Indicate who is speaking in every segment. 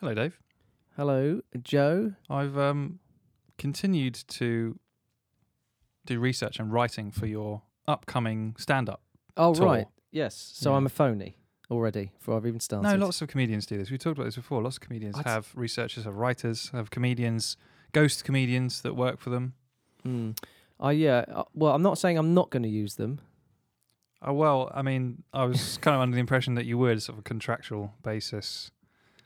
Speaker 1: Hello, Dave.
Speaker 2: Hello, Joe.
Speaker 1: I've um, continued to do research and writing for your upcoming stand up.
Speaker 2: Oh,
Speaker 1: Tour.
Speaker 2: right. Yes. So
Speaker 1: Yeah.
Speaker 2: I'm a phony already before I've even started.
Speaker 1: No, lots of comedians do this. We talked about this before. Lots of comedians
Speaker 2: I'd-
Speaker 1: have researchers, have writers, have comedians, ghost comedians that work for them.
Speaker 2: Mm. I, yeah. uh, well, I'm not saying I'm not going to use them.
Speaker 1: Oh, well, I mean, I was kind of under the impression that you would, sort of a contractual basis.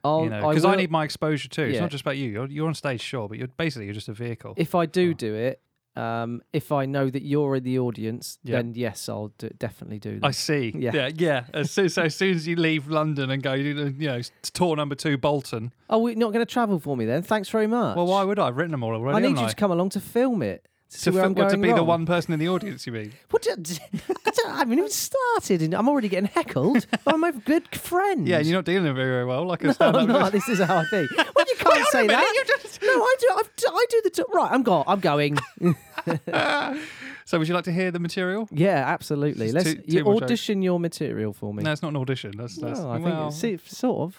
Speaker 2: I'll,
Speaker 1: you know, because I,
Speaker 2: will-
Speaker 1: need my exposure too. It's
Speaker 2: Yeah.
Speaker 1: not just about you. You're, you're on stage, sure, but you're basically you're just a vehicle.
Speaker 2: If I do
Speaker 1: Oh.
Speaker 2: do it, um, if I know that you're in the audience,
Speaker 1: Yeah.
Speaker 2: then yes, I'll do, definitely do
Speaker 1: I
Speaker 2: that.
Speaker 1: see. Yeah,
Speaker 2: Yeah.
Speaker 1: yeah. As soon, so as soon as you leave London and go, you know, you know, to tour number two, Bolton.
Speaker 2: Oh, we're not going to travel for me then. Thanks very much.
Speaker 1: Well, why would I? I've written them all already.
Speaker 2: I need
Speaker 1: haven't
Speaker 2: you to come along to film it. To, see
Speaker 1: to,
Speaker 2: where
Speaker 1: fi-
Speaker 2: I'm
Speaker 1: what,
Speaker 2: going
Speaker 1: to be the
Speaker 2: wrong.
Speaker 1: one person in the audience. You mean?
Speaker 2: What? do- I, don't, I haven't even started, and I'm already getting heckled by my good friend.
Speaker 1: Yeah, and you're not dealing with it very well. Like a
Speaker 2: Oh, No,
Speaker 1: stand-up.
Speaker 2: I'm not. This is how I think. Well, you can't say that. No, I do. I've, d- I do the t- right. I'm gone. I'm going.
Speaker 1: So, would you like to hear the material?
Speaker 2: yeah, absolutely.
Speaker 1: Just
Speaker 2: Let's
Speaker 1: too-
Speaker 2: you
Speaker 1: too much
Speaker 2: audition your material for me.
Speaker 1: No, it's not an audition. That's, that's
Speaker 2: Well, I think
Speaker 1: well,
Speaker 2: it's see, sort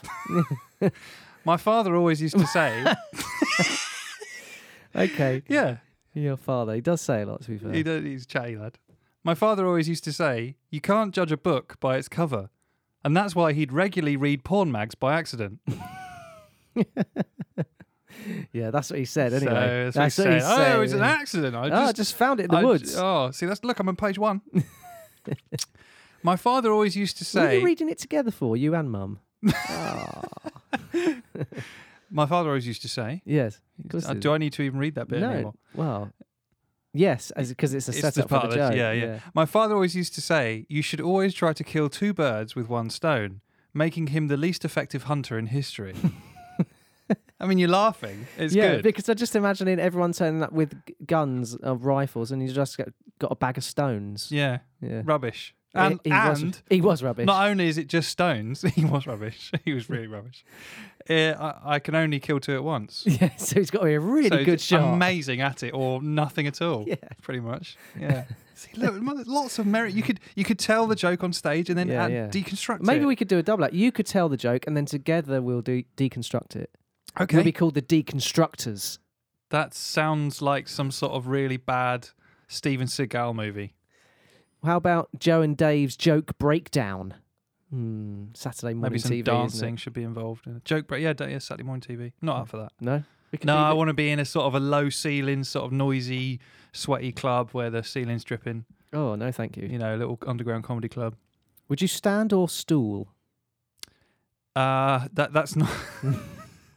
Speaker 2: of.
Speaker 1: my father always used to say,
Speaker 2: Okay,
Speaker 1: "Yeah,
Speaker 2: your father. He does say a lot. To be fair,
Speaker 1: he does, he's a chatty lad." My father always used to say, "You can't judge a book by its cover," and that's why he'd regularly read porn mags by accident.
Speaker 2: yeah, that's what he said.
Speaker 1: So
Speaker 2: Anyway,
Speaker 1: that's what he said. Oh, it was an accident. I
Speaker 2: Oh,
Speaker 1: just,
Speaker 2: I just found it in the
Speaker 1: I j-
Speaker 2: woods.
Speaker 1: oh, see, that's look. I'm on page one. My father always used to
Speaker 2: what are
Speaker 1: say.
Speaker 2: you reading it together for you and mum? Ah,
Speaker 1: my father always used to say.
Speaker 2: yes. of course
Speaker 1: Uh,
Speaker 2: it is.
Speaker 1: do I need to even read that bit
Speaker 2: no.
Speaker 1: anymore?
Speaker 2: Well, yes, because it's a
Speaker 1: It's the
Speaker 2: setup for
Speaker 1: part
Speaker 2: the
Speaker 1: that-
Speaker 2: joke.
Speaker 1: yeah, yeah. My father always used to say, "You should always try to kill two birds with one stone," making him the least effective hunter in history. I mean, you're laughing. It's
Speaker 2: yeah,
Speaker 1: good.
Speaker 2: because I'm just imagining everyone turning up with g- guns of rifles, and you just got, got a bag of stones.
Speaker 1: yeah,
Speaker 2: Yeah,
Speaker 1: rubbish.
Speaker 2: He-
Speaker 1: And
Speaker 2: he,
Speaker 1: and
Speaker 2: was, he was rubbish.
Speaker 1: Not only is it just stones, he was rubbish. He was really rubbish. Uh, I, I can only kill two at once.
Speaker 2: yeah, so he's got to be a really
Speaker 1: So
Speaker 2: good
Speaker 1: just
Speaker 2: shot.
Speaker 1: Amazing at it or nothing at all.
Speaker 2: Yeah.
Speaker 1: Pretty much. Yeah. See, look, mo- there's lots of merit. You could you could tell the joke on stage and then
Speaker 2: Yeah,
Speaker 1: add-
Speaker 2: yeah.
Speaker 1: deconstruct
Speaker 2: Maybe
Speaker 1: it.
Speaker 2: we could do a double act. You could tell the joke, and then together we'll do deconstruct it.
Speaker 1: Okay.
Speaker 2: We'll be called the deconstructors.
Speaker 1: That sounds like some sort of really bad Steven Seagal movie.
Speaker 2: How about Joe and Dave's joke breakdown? Hmm, Saturday morning
Speaker 1: Maybe some
Speaker 2: TV. isn't it?
Speaker 1: dancing should be involved in it. Joke break. Yeah, da- yeah, Saturday morning TV. Not up for that.
Speaker 2: No, we could
Speaker 1: No,
Speaker 2: do
Speaker 1: I
Speaker 2: the-
Speaker 1: want to be in a sort of a low ceiling, sort of noisy, sweaty club where the ceiling's dripping.
Speaker 2: Oh no, thank you.
Speaker 1: You know, a little underground comedy club.
Speaker 2: Would you stand or stool?
Speaker 1: Uh, that that's not.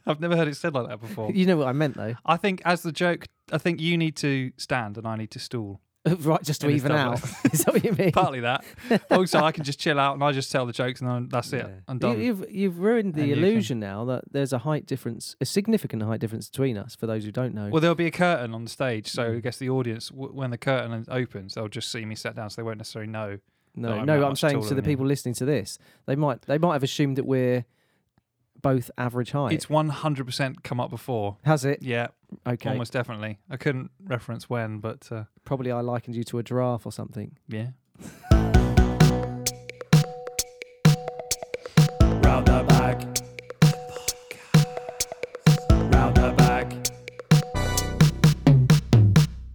Speaker 1: I've never heard it said like that before.
Speaker 2: You know what I meant though,
Speaker 1: I think as the joke, I think you need to stand and I need to stool.
Speaker 2: right? Just to
Speaker 1: In this
Speaker 2: even
Speaker 1: double
Speaker 2: out. Is that what you mean?
Speaker 1: Partly that. also, I can just chill out and I just tell the jokes and then that's it.
Speaker 2: Yeah.
Speaker 1: I'm
Speaker 2: You-
Speaker 1: done.
Speaker 2: you've you've ruined
Speaker 1: And
Speaker 2: the
Speaker 1: you can-
Speaker 2: illusion now that there's a height difference, a significant height difference between us. For those who don't know,
Speaker 1: Well, there'll be a curtain on the stage, so I
Speaker 2: Mm.
Speaker 1: guess the audience, w- when the curtain opens, they'll just see me sat down, so they won't necessarily know. no,
Speaker 2: no, no,
Speaker 1: I'm
Speaker 2: I'm,
Speaker 1: not much
Speaker 2: saying
Speaker 1: taller
Speaker 2: to the
Speaker 1: than you.
Speaker 2: people listening to this, they might they might have assumed that we're both average height.
Speaker 1: It's 100% come up before.
Speaker 2: Has it?
Speaker 1: Yeah,
Speaker 2: Okay,
Speaker 1: almost definitely. I couldn't reference when, but uh,
Speaker 2: probably I likened you to a giraffe or something.
Speaker 1: yeah.
Speaker 3: Round the back. Round the back.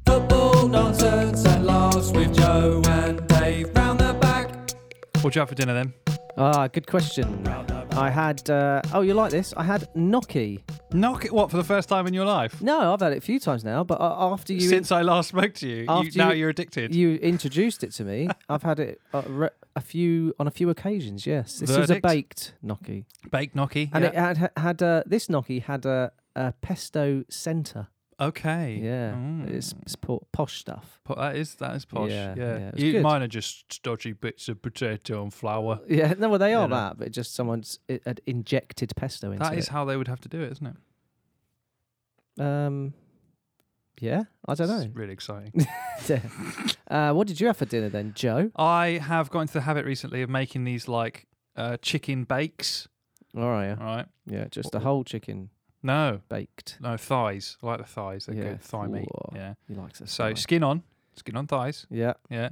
Speaker 3: Football nonsense and laughs with Joe and Dave. Round the back.
Speaker 1: What do you have for dinner then?
Speaker 2: Ah, good question. I had uh, oh, you like this? I had gnocchi.
Speaker 1: Knock it, what, for the first time in your life?
Speaker 2: No, I've had it a few times now, but uh, after you
Speaker 1: Since I last spoke to you, you
Speaker 2: After
Speaker 1: now
Speaker 2: you-
Speaker 1: you're addicted.
Speaker 2: you introduced it to me, I've had it a, re- a few on a few occasions. Yes, this is a
Speaker 1: Verdict?
Speaker 2: baked gnocchi.
Speaker 1: Baked gnocchi.
Speaker 2: and
Speaker 1: yeah.
Speaker 2: it had had uh, this gnocchi had a, a pesto center.
Speaker 1: okay.
Speaker 2: Yeah,
Speaker 1: Mm.
Speaker 2: it's, it's po- posh stuff.
Speaker 1: Po- that is that is posh. Yeah,
Speaker 2: Yeah, yeah, it was
Speaker 1: You-
Speaker 2: good.
Speaker 1: mine are just stodgy bits of potato and flour.
Speaker 2: Yeah, no, well they are
Speaker 1: Yeah, no.
Speaker 2: that, but just someone's it, had injected pesto into
Speaker 1: That is
Speaker 2: it.
Speaker 1: how they would have to do it, isn't it?
Speaker 2: Um, yeah, I don't know.
Speaker 1: It's really exciting.
Speaker 2: uh, what did you have for dinner then, Joe?
Speaker 1: I have got into the habit recently of making these like uh, chicken bakes.
Speaker 2: All right, yeah,
Speaker 1: All right.
Speaker 2: yeah just a
Speaker 1: What-
Speaker 2: whole chicken
Speaker 1: No,
Speaker 2: baked.
Speaker 1: no thighs. I like the thighs. They're
Speaker 2: Yeah,
Speaker 1: good thigh meat.
Speaker 2: whoa.
Speaker 1: Yeah.
Speaker 2: He likes it.
Speaker 1: So skin on, skin on thighs.
Speaker 2: yeah,
Speaker 1: Yeah.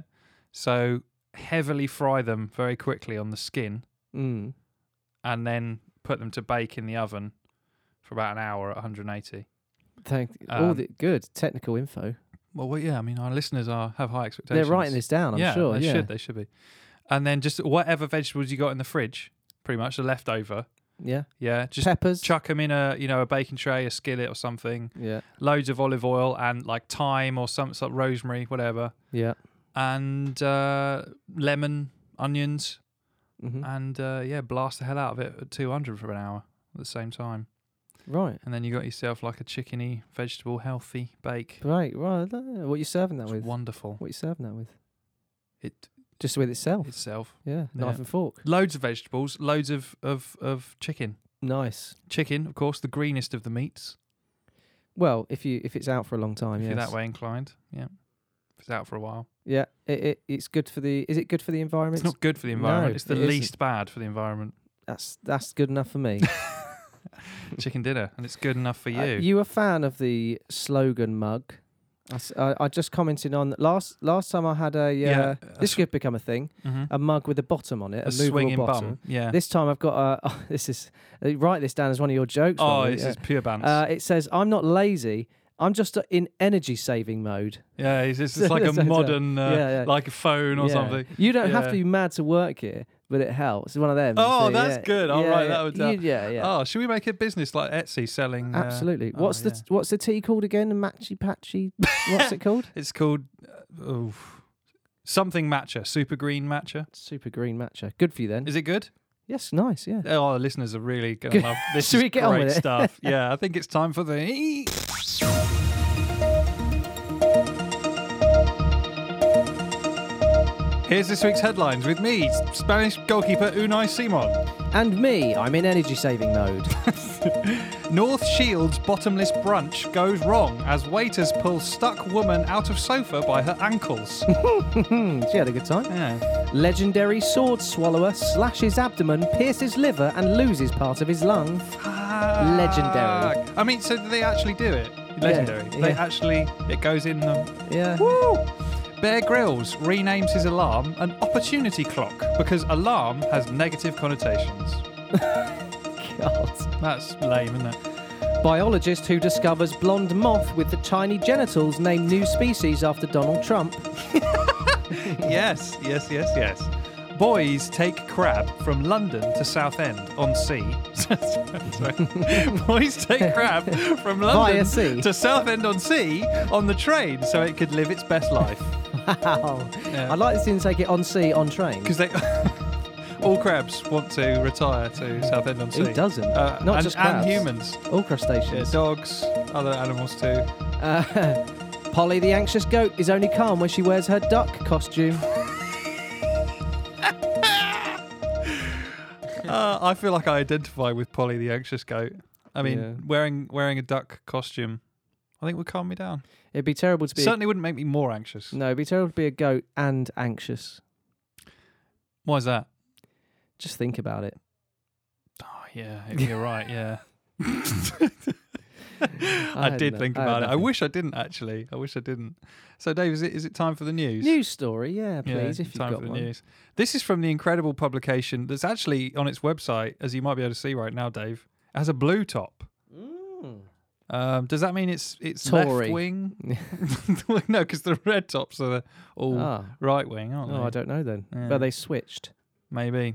Speaker 1: So heavily fry them very quickly on the skin,
Speaker 2: mm.
Speaker 1: and then put them to bake in the oven for about an hour at 180.
Speaker 2: Thank all
Speaker 1: Um,
Speaker 2: the good technical info.
Speaker 1: Well, well yeah, I mean, our listeners are have high
Speaker 2: They're
Speaker 1: expectations.
Speaker 2: writing this down, I'm
Speaker 1: yeah,
Speaker 2: sure.
Speaker 1: They
Speaker 2: yeah.
Speaker 1: should. They should be. And then just whatever vegetables you got in the fridge, pretty much the leftover.
Speaker 2: yeah.
Speaker 1: Yeah, just
Speaker 2: Peppers.
Speaker 1: chuck them in a you know a baking tray, a skillet or something.
Speaker 2: yeah.
Speaker 1: Loads of olive oil and like thyme or some sort of rosemary, whatever,
Speaker 2: Yeah.
Speaker 1: and uh, lemon, onions,
Speaker 2: hmm
Speaker 1: and uh, yeah, blast the hell out of it at 200 for an hour at the same time.
Speaker 2: right.
Speaker 1: And then you got yourself like a chickeny vegetable healthy bake.
Speaker 2: Right. Right. uh, What are you serving that
Speaker 1: It's
Speaker 2: with?
Speaker 1: wonderful.
Speaker 2: What are you serving that with?
Speaker 1: It
Speaker 2: Just with itself.
Speaker 1: itself.
Speaker 2: yeah. Knife
Speaker 1: yeah.
Speaker 2: and fork.
Speaker 1: Loads of vegetables, loads of of of chicken.
Speaker 2: Nice.
Speaker 1: Chicken, of course, the greenest of the meats.
Speaker 2: Well, if you if it's out for a long time,
Speaker 1: If
Speaker 2: yes.
Speaker 1: you're that way inclined, yeah. If it's out for a while,
Speaker 2: Yeah. It, it it's good for the. Is it good for the environment?
Speaker 1: it's not good for the environment.
Speaker 2: no,
Speaker 1: it's the
Speaker 2: it isn't.
Speaker 1: least bad for the environment.
Speaker 2: that's that's good enough for me.
Speaker 1: Chicken dinner, and it's good enough for you.
Speaker 2: Uh, you a fan of the slogan mug? I, s- I- I just commented on last last time I had a uh,
Speaker 1: Yeah, a
Speaker 2: this
Speaker 1: sw-
Speaker 2: could become a thing
Speaker 1: Mhm.
Speaker 2: a mug with a bottom on it a,
Speaker 1: A
Speaker 2: movable
Speaker 1: swinging
Speaker 2: bottom.
Speaker 1: bum. Yeah.
Speaker 2: This time I've got a oh, this is uh, write this down as one of your jokes.
Speaker 1: oh,
Speaker 2: Ollie.
Speaker 1: this
Speaker 2: Yeah.
Speaker 1: is pure bants.
Speaker 2: uh, it says I'm not lazy. I'm just uh, in energy saving mode.
Speaker 1: yeah, it's, it's,
Speaker 2: so-
Speaker 1: like a
Speaker 2: so- so-
Speaker 1: modern, uh,
Speaker 2: yeah, yeah.
Speaker 1: like a phone or
Speaker 2: Yeah.
Speaker 1: something.
Speaker 2: You don't have
Speaker 1: Yeah.
Speaker 2: to be mad to work here, but it helps. It's one of them.
Speaker 1: Oh,
Speaker 2: So,
Speaker 1: that's
Speaker 2: yeah.
Speaker 1: good. I'll
Speaker 2: yeah,
Speaker 1: write
Speaker 2: yeah.
Speaker 1: that one down.
Speaker 2: You- yeah, yeah.
Speaker 1: Oh, should we make a business like Etsy selling? uh,
Speaker 2: Absolutely.
Speaker 1: oh,
Speaker 2: what's the
Speaker 1: yeah.
Speaker 2: what's the tea called again? Matchy patchy. What's it called?
Speaker 1: it's called uh, oof. something matcha, super green matcha.
Speaker 2: Super green matcha. Good for you then.
Speaker 1: Is it good?
Speaker 2: Yes, nice. Yeah.
Speaker 1: Oh, our listeners are really going
Speaker 2: Good.
Speaker 1: to love this.
Speaker 2: Should
Speaker 1: is
Speaker 2: we get on
Speaker 1: great
Speaker 2: with it?
Speaker 1: stuff. yeah, I think it's time for the. Here's this week's headlines with me, Spanish goalkeeper Unai Simon.
Speaker 2: And me, I'm in energy saving mode.
Speaker 1: North Shield's bottomless brunch goes wrong as waiters pull stuck woman out of sofa by her ankles.
Speaker 2: Hmm, she had a good time.
Speaker 1: Yeah.
Speaker 2: Legendary sword swallower slashes abdomen, pierces liver, and loses part of his lung. Legendary.
Speaker 1: Fuck. I mean, so they actually do it. Legendary.
Speaker 2: Yeah,
Speaker 1: They
Speaker 2: yeah.
Speaker 1: actually, it goes in them.
Speaker 2: Yeah.
Speaker 1: Woo! Bear Grylls renames his alarm an opportunity clock because alarm has negative connotations.
Speaker 2: God.
Speaker 1: That's lame, isn't it?
Speaker 2: Biologist who discovers blonde moth with the tiny genitals named new species after Donald Trump.
Speaker 1: yes, yes, yes, yes. Boys take crab from London to Southend on sea. Sorry. Boys take crab from London
Speaker 2: Via sea.
Speaker 1: to Southend on sea on the train so it could live its best life.
Speaker 2: Wow.
Speaker 1: Yeah.
Speaker 2: I'd like this didn't take it on sea on train.
Speaker 1: Because they. All crabs want to retire to Southend on Sea.
Speaker 2: Who doesn't?
Speaker 1: Uh,
Speaker 2: Not
Speaker 1: and-
Speaker 2: just crabs.
Speaker 1: and humans.
Speaker 2: All
Speaker 1: Yeah,
Speaker 2: crustaceans.
Speaker 1: dogs, other animals too.
Speaker 2: Uh, Polly the anxious goat is only calm when she wears her duck costume.
Speaker 1: Uh, I feel like I identify with Polly the anxious goat. I mean,
Speaker 2: Yeah.
Speaker 1: wearing wearing a duck costume, I think would calm me down.
Speaker 2: It'd be terrible to be. a-
Speaker 1: Certainly wouldn't make me more anxious.
Speaker 2: no, it'd be terrible to be a goat and anxious.
Speaker 1: Why is that?
Speaker 2: Just think about it.
Speaker 1: Oh yeah, you're right. Yeah. I,
Speaker 2: had
Speaker 1: did
Speaker 2: no-
Speaker 1: think
Speaker 2: I had
Speaker 1: about it. I
Speaker 2: nothing.
Speaker 1: wish I didn't actually. I wish I didn't. So, Dave, is it is it time for the news?
Speaker 2: News story, yeah,
Speaker 1: Yeah,
Speaker 2: please, if you've
Speaker 1: time
Speaker 2: got
Speaker 1: for the
Speaker 2: one.
Speaker 1: news. This is from the incredible publication that's actually on its website, as you might be able to see right now, Dave. It has a blue top.
Speaker 2: Mm.
Speaker 1: Um, does that mean it's it's
Speaker 2: Tory.
Speaker 1: left wing? no, because the red tops are all right
Speaker 2: Ah,
Speaker 1: wing, aren't
Speaker 2: no,
Speaker 1: they?
Speaker 2: I don't know then.
Speaker 1: Yeah.
Speaker 2: But they switched.
Speaker 1: Maybe.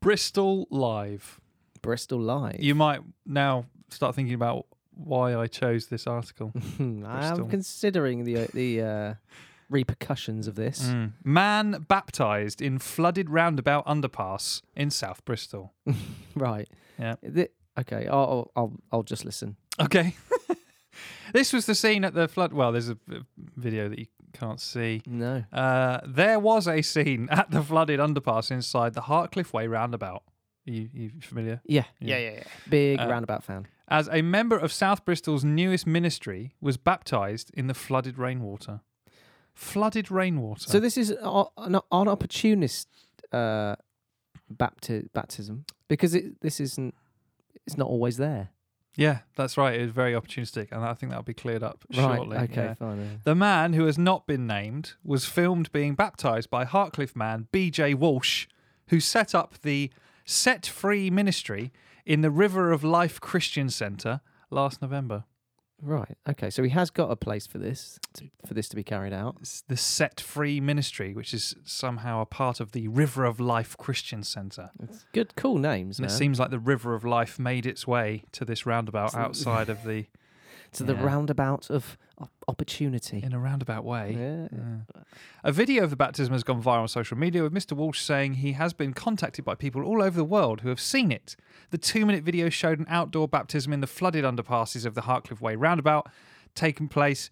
Speaker 1: Bristol Live.
Speaker 2: Bristol Live.
Speaker 1: You might now start thinking about why I chose this article.
Speaker 2: I
Speaker 1: Bristol.
Speaker 2: am considering the uh, the uh, repercussions of this.
Speaker 1: Mm. Man baptised in flooded roundabout underpass in South Bristol.
Speaker 2: Right.
Speaker 1: Yeah.
Speaker 2: Th- okay, I'll, I'll I'll I'll just listen.
Speaker 1: Okay. this was the scene at the flood. Well, there's a v- video that you can't see.
Speaker 2: No.
Speaker 1: Uh, there was a scene at the flooded underpass inside the Hartcliffe Way roundabout. you, you familiar?
Speaker 2: Yeah.
Speaker 1: Yeah.
Speaker 2: yeah, yeah. Big
Speaker 1: Uh,
Speaker 2: roundabout fan.
Speaker 1: as a member of South Bristol's newest ministry was baptized in the flooded rainwater. Flooded rainwater.
Speaker 2: So this is o- an, an opportunist uh, bapti- baptism because it, this isn't. It's not always there.
Speaker 1: yeah, that's right. It was very opportunistic, and I think that'll be cleared up shortly.
Speaker 2: Right. Okay.
Speaker 1: yeah.
Speaker 2: Fine. yeah.
Speaker 1: The man who has not been named was filmed being baptized by Hartcliffe man B.J. Walsh, who set up the Set Free Ministry in the River of Life Christian Centre last November.
Speaker 2: Right. Okay. So he has got a place for this, to, for this to be carried out.
Speaker 1: It's the Set Free Ministry, which is somehow a part of the River of Life Christian Centre.
Speaker 2: It's good, cool names,
Speaker 1: And
Speaker 2: man.
Speaker 1: it seems like the River of Life made its way to this roundabout outside of the,
Speaker 2: to the
Speaker 1: yeah.
Speaker 2: roundabout of op- opportunity.
Speaker 1: in a roundabout way.
Speaker 2: Yeah.
Speaker 1: Yeah. A video of the baptism has gone viral on social media with Mr. Walsh saying he has been contacted by people all over the world who have seen it. The two minute video showed an outdoor baptism in the flooded underpasses of the Harcliffe Way roundabout taking place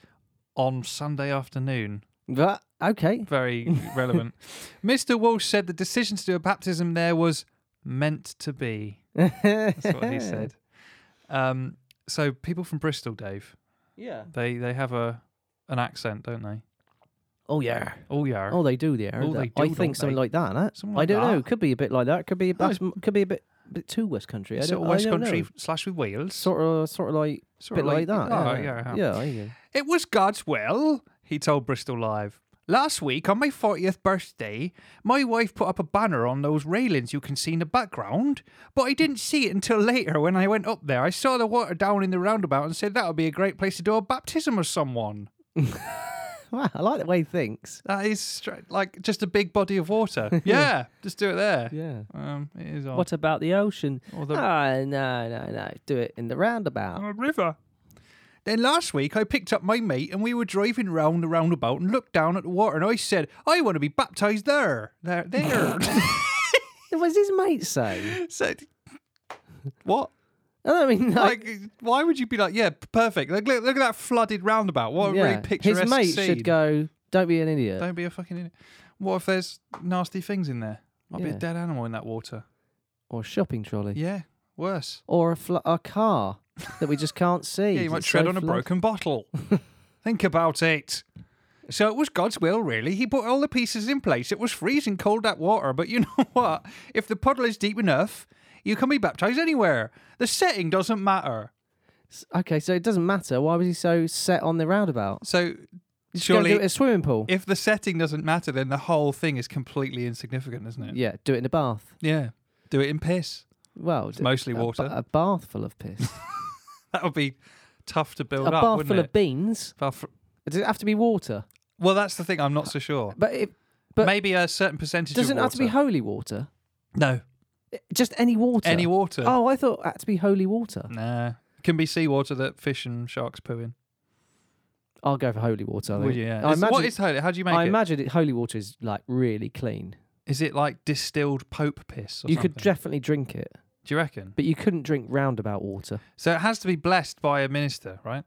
Speaker 1: on Sunday afternoon.
Speaker 2: But, okay.
Speaker 1: Very relevant. Mr. Walsh said the decision to do a baptism there was meant to be.
Speaker 2: That's
Speaker 1: That's what he said. Um, so people from Bristol, Dave,
Speaker 2: Yeah.
Speaker 1: they, they have a an accent, don't they?
Speaker 2: Oh yeah.
Speaker 1: Oh yeah.
Speaker 2: Oh, they do there.
Speaker 1: Oh, they
Speaker 2: I
Speaker 1: do,
Speaker 2: think
Speaker 1: don't
Speaker 2: something
Speaker 1: they?
Speaker 2: like that. huh?
Speaker 1: Something
Speaker 2: I
Speaker 1: like
Speaker 2: don't
Speaker 1: that.
Speaker 2: know. Could be a bit like that. Could be a
Speaker 1: No,
Speaker 2: bit, could be a bit bit too West Country. I
Speaker 1: sort
Speaker 2: don't,
Speaker 1: of
Speaker 2: I
Speaker 1: West
Speaker 2: don't know.
Speaker 1: Country slash with Wales.
Speaker 2: Sort of, sort of like a
Speaker 1: Sort
Speaker 2: bit
Speaker 1: of
Speaker 2: like, that.
Speaker 1: Oh,
Speaker 2: yeah.
Speaker 1: yeah.
Speaker 2: there you go.
Speaker 1: It was God's will, he told Bristol Live. Last week, on my 40th birthday, my wife put up a banner on those railings you can see in the background, but I didn't see it until later when I went up there. I saw the water down in the roundabout and said that would be a great place to do a baptism of someone.
Speaker 2: Wow, I like the way he thinks.
Speaker 1: That is stra- like just a big body of water. yeah, just do it there.
Speaker 2: Yeah.
Speaker 1: Um, it is on.
Speaker 2: What about the ocean?
Speaker 1: Or the-
Speaker 2: Oh, no, no, no. Do it in the roundabout.
Speaker 1: a river. Then last week I picked up my mate and we were driving round the roundabout and looked down at the water and I said, I want to be baptised there. There there. Oh.
Speaker 2: What does his mate say?
Speaker 1: so, what?
Speaker 2: I mean, like,
Speaker 1: Like why would you be like, yeah, perfect. Like look, look at that flooded roundabout. What a
Speaker 2: yeah.
Speaker 1: really picturesque
Speaker 2: His mate
Speaker 1: scene.
Speaker 2: should go, don't be an idiot.
Speaker 1: Don't be a fucking idiot. What if there's nasty things in there? Might be
Speaker 2: Yeah.
Speaker 1: a dead animal in that water.
Speaker 2: Or a shopping trolley.
Speaker 1: Yeah. Worse.
Speaker 2: Or a, fl- a car that we just can't see.
Speaker 1: Yeah, you
Speaker 2: 'cause
Speaker 1: might
Speaker 2: it's
Speaker 1: tread
Speaker 2: so
Speaker 1: on a
Speaker 2: flooded.
Speaker 1: broken bottle. Think about it. So it was God's will, really. He put all the pieces in place. It was freezing cold that water, but you know what? If the puddle is deep enough, you can be baptized anywhere. The setting doesn't matter.
Speaker 2: S- Okay, so it doesn't matter. Why was he so set on the roundabout?
Speaker 1: So
Speaker 2: Just go and do
Speaker 1: surely,
Speaker 2: it at a swimming pool.
Speaker 1: if the setting doesn't matter, then the whole thing is completely insignificant, isn't it?
Speaker 2: yeah, do it in a bath.
Speaker 1: Yeah. Do it in piss.
Speaker 2: Well, it's
Speaker 1: mostly
Speaker 2: a,
Speaker 1: water.
Speaker 2: A, bath full of piss.
Speaker 1: That would be tough to build up,
Speaker 2: a bath
Speaker 1: wouldn't
Speaker 2: full
Speaker 1: it?
Speaker 2: of beans.
Speaker 1: Bath-
Speaker 2: Does it have to be water?
Speaker 1: well, that's the thing. I'm not so sure.
Speaker 2: But it but
Speaker 1: Maybe a certain percentage
Speaker 2: doesn't
Speaker 1: of
Speaker 2: have to be
Speaker 1: water.
Speaker 2: holy water.
Speaker 1: no,
Speaker 2: I- Just any water.
Speaker 1: any water.
Speaker 2: Oh, I thought it had to be holy water.
Speaker 1: Nah. Can be seawater that fish and sharks poo in.
Speaker 2: I'll go for holy water. I
Speaker 1: Would
Speaker 2: think.
Speaker 1: you? Yeah.
Speaker 2: I
Speaker 1: Is-
Speaker 2: imagine,
Speaker 1: what is holy? How do you make
Speaker 2: I
Speaker 1: it?
Speaker 2: imagine it, holy water is like really clean.
Speaker 1: is it like distilled Pope piss? Or
Speaker 2: You could
Speaker 1: something?
Speaker 2: definitely drink it,
Speaker 1: Do you reckon?
Speaker 2: but you couldn't drink roundabout water.
Speaker 1: So it has to be blessed by a minister, right?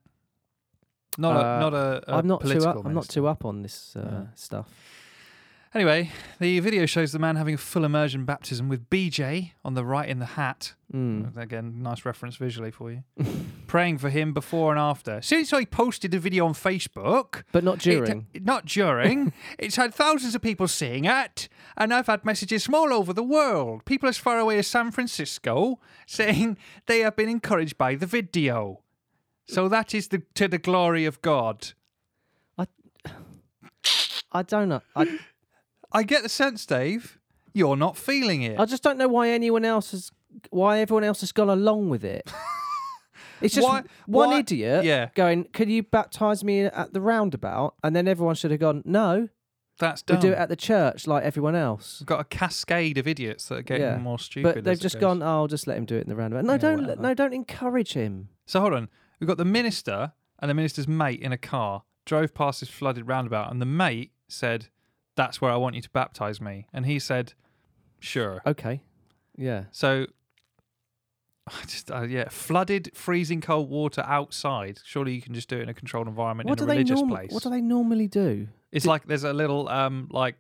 Speaker 1: Not
Speaker 2: Uh,
Speaker 1: a not a. a
Speaker 2: I'm not too
Speaker 1: political
Speaker 2: up, I'm not
Speaker 1: minister.
Speaker 2: too up on this uh, stuff.
Speaker 1: Anyway, the video shows the man having a full immersion baptism with BJ on the right in the hat.
Speaker 2: Mm.
Speaker 1: Again, nice reference visually for you. Praying for him before and after. Since I posted the video on Facebook,
Speaker 2: But not
Speaker 1: It-
Speaker 2: during.
Speaker 1: not during. it's had thousands of people seeing it, and I've had messages from all over the world. People as far away as San Francisco saying they have been encouraged by the video. So that is the to the glory of God.
Speaker 2: I don't know. I,
Speaker 1: I get the sense, Dave, you're not feeling it.
Speaker 2: I just don't know why anyone else has, why everyone else has gone along with it. It's just
Speaker 1: Why-
Speaker 2: one
Speaker 1: why-
Speaker 2: idiot
Speaker 1: yeah.
Speaker 2: going, "Can you baptize me at the roundabout?" And then everyone should have gone, "No,
Speaker 1: That's
Speaker 2: we
Speaker 1: done.
Speaker 2: do it at the church, like everyone else."
Speaker 1: We've got a cascade of idiots that are getting
Speaker 2: Yeah,
Speaker 1: more stupid.
Speaker 2: But
Speaker 1: as
Speaker 2: they've
Speaker 1: it
Speaker 2: just
Speaker 1: goes.
Speaker 2: gone, "Oh, I'll just let him do it in the roundabout." No,
Speaker 1: Yeah,
Speaker 2: don't,
Speaker 1: whatever.
Speaker 2: no, don't encourage him.
Speaker 1: So hold on. We've got the minister and the minister's mate in a car, drove past this flooded roundabout, and the mate said, That's where I want you to baptize me. And he said, Sure.
Speaker 2: Okay, yeah.
Speaker 1: So, I just, uh, yeah, flooded, freezing cold water outside. Surely you can just do it in a controlled environment
Speaker 2: What
Speaker 1: in
Speaker 2: do
Speaker 1: a
Speaker 2: they
Speaker 1: religious
Speaker 2: norm-
Speaker 1: place.
Speaker 2: What do they normally do?
Speaker 1: it's like there's a little, um, like,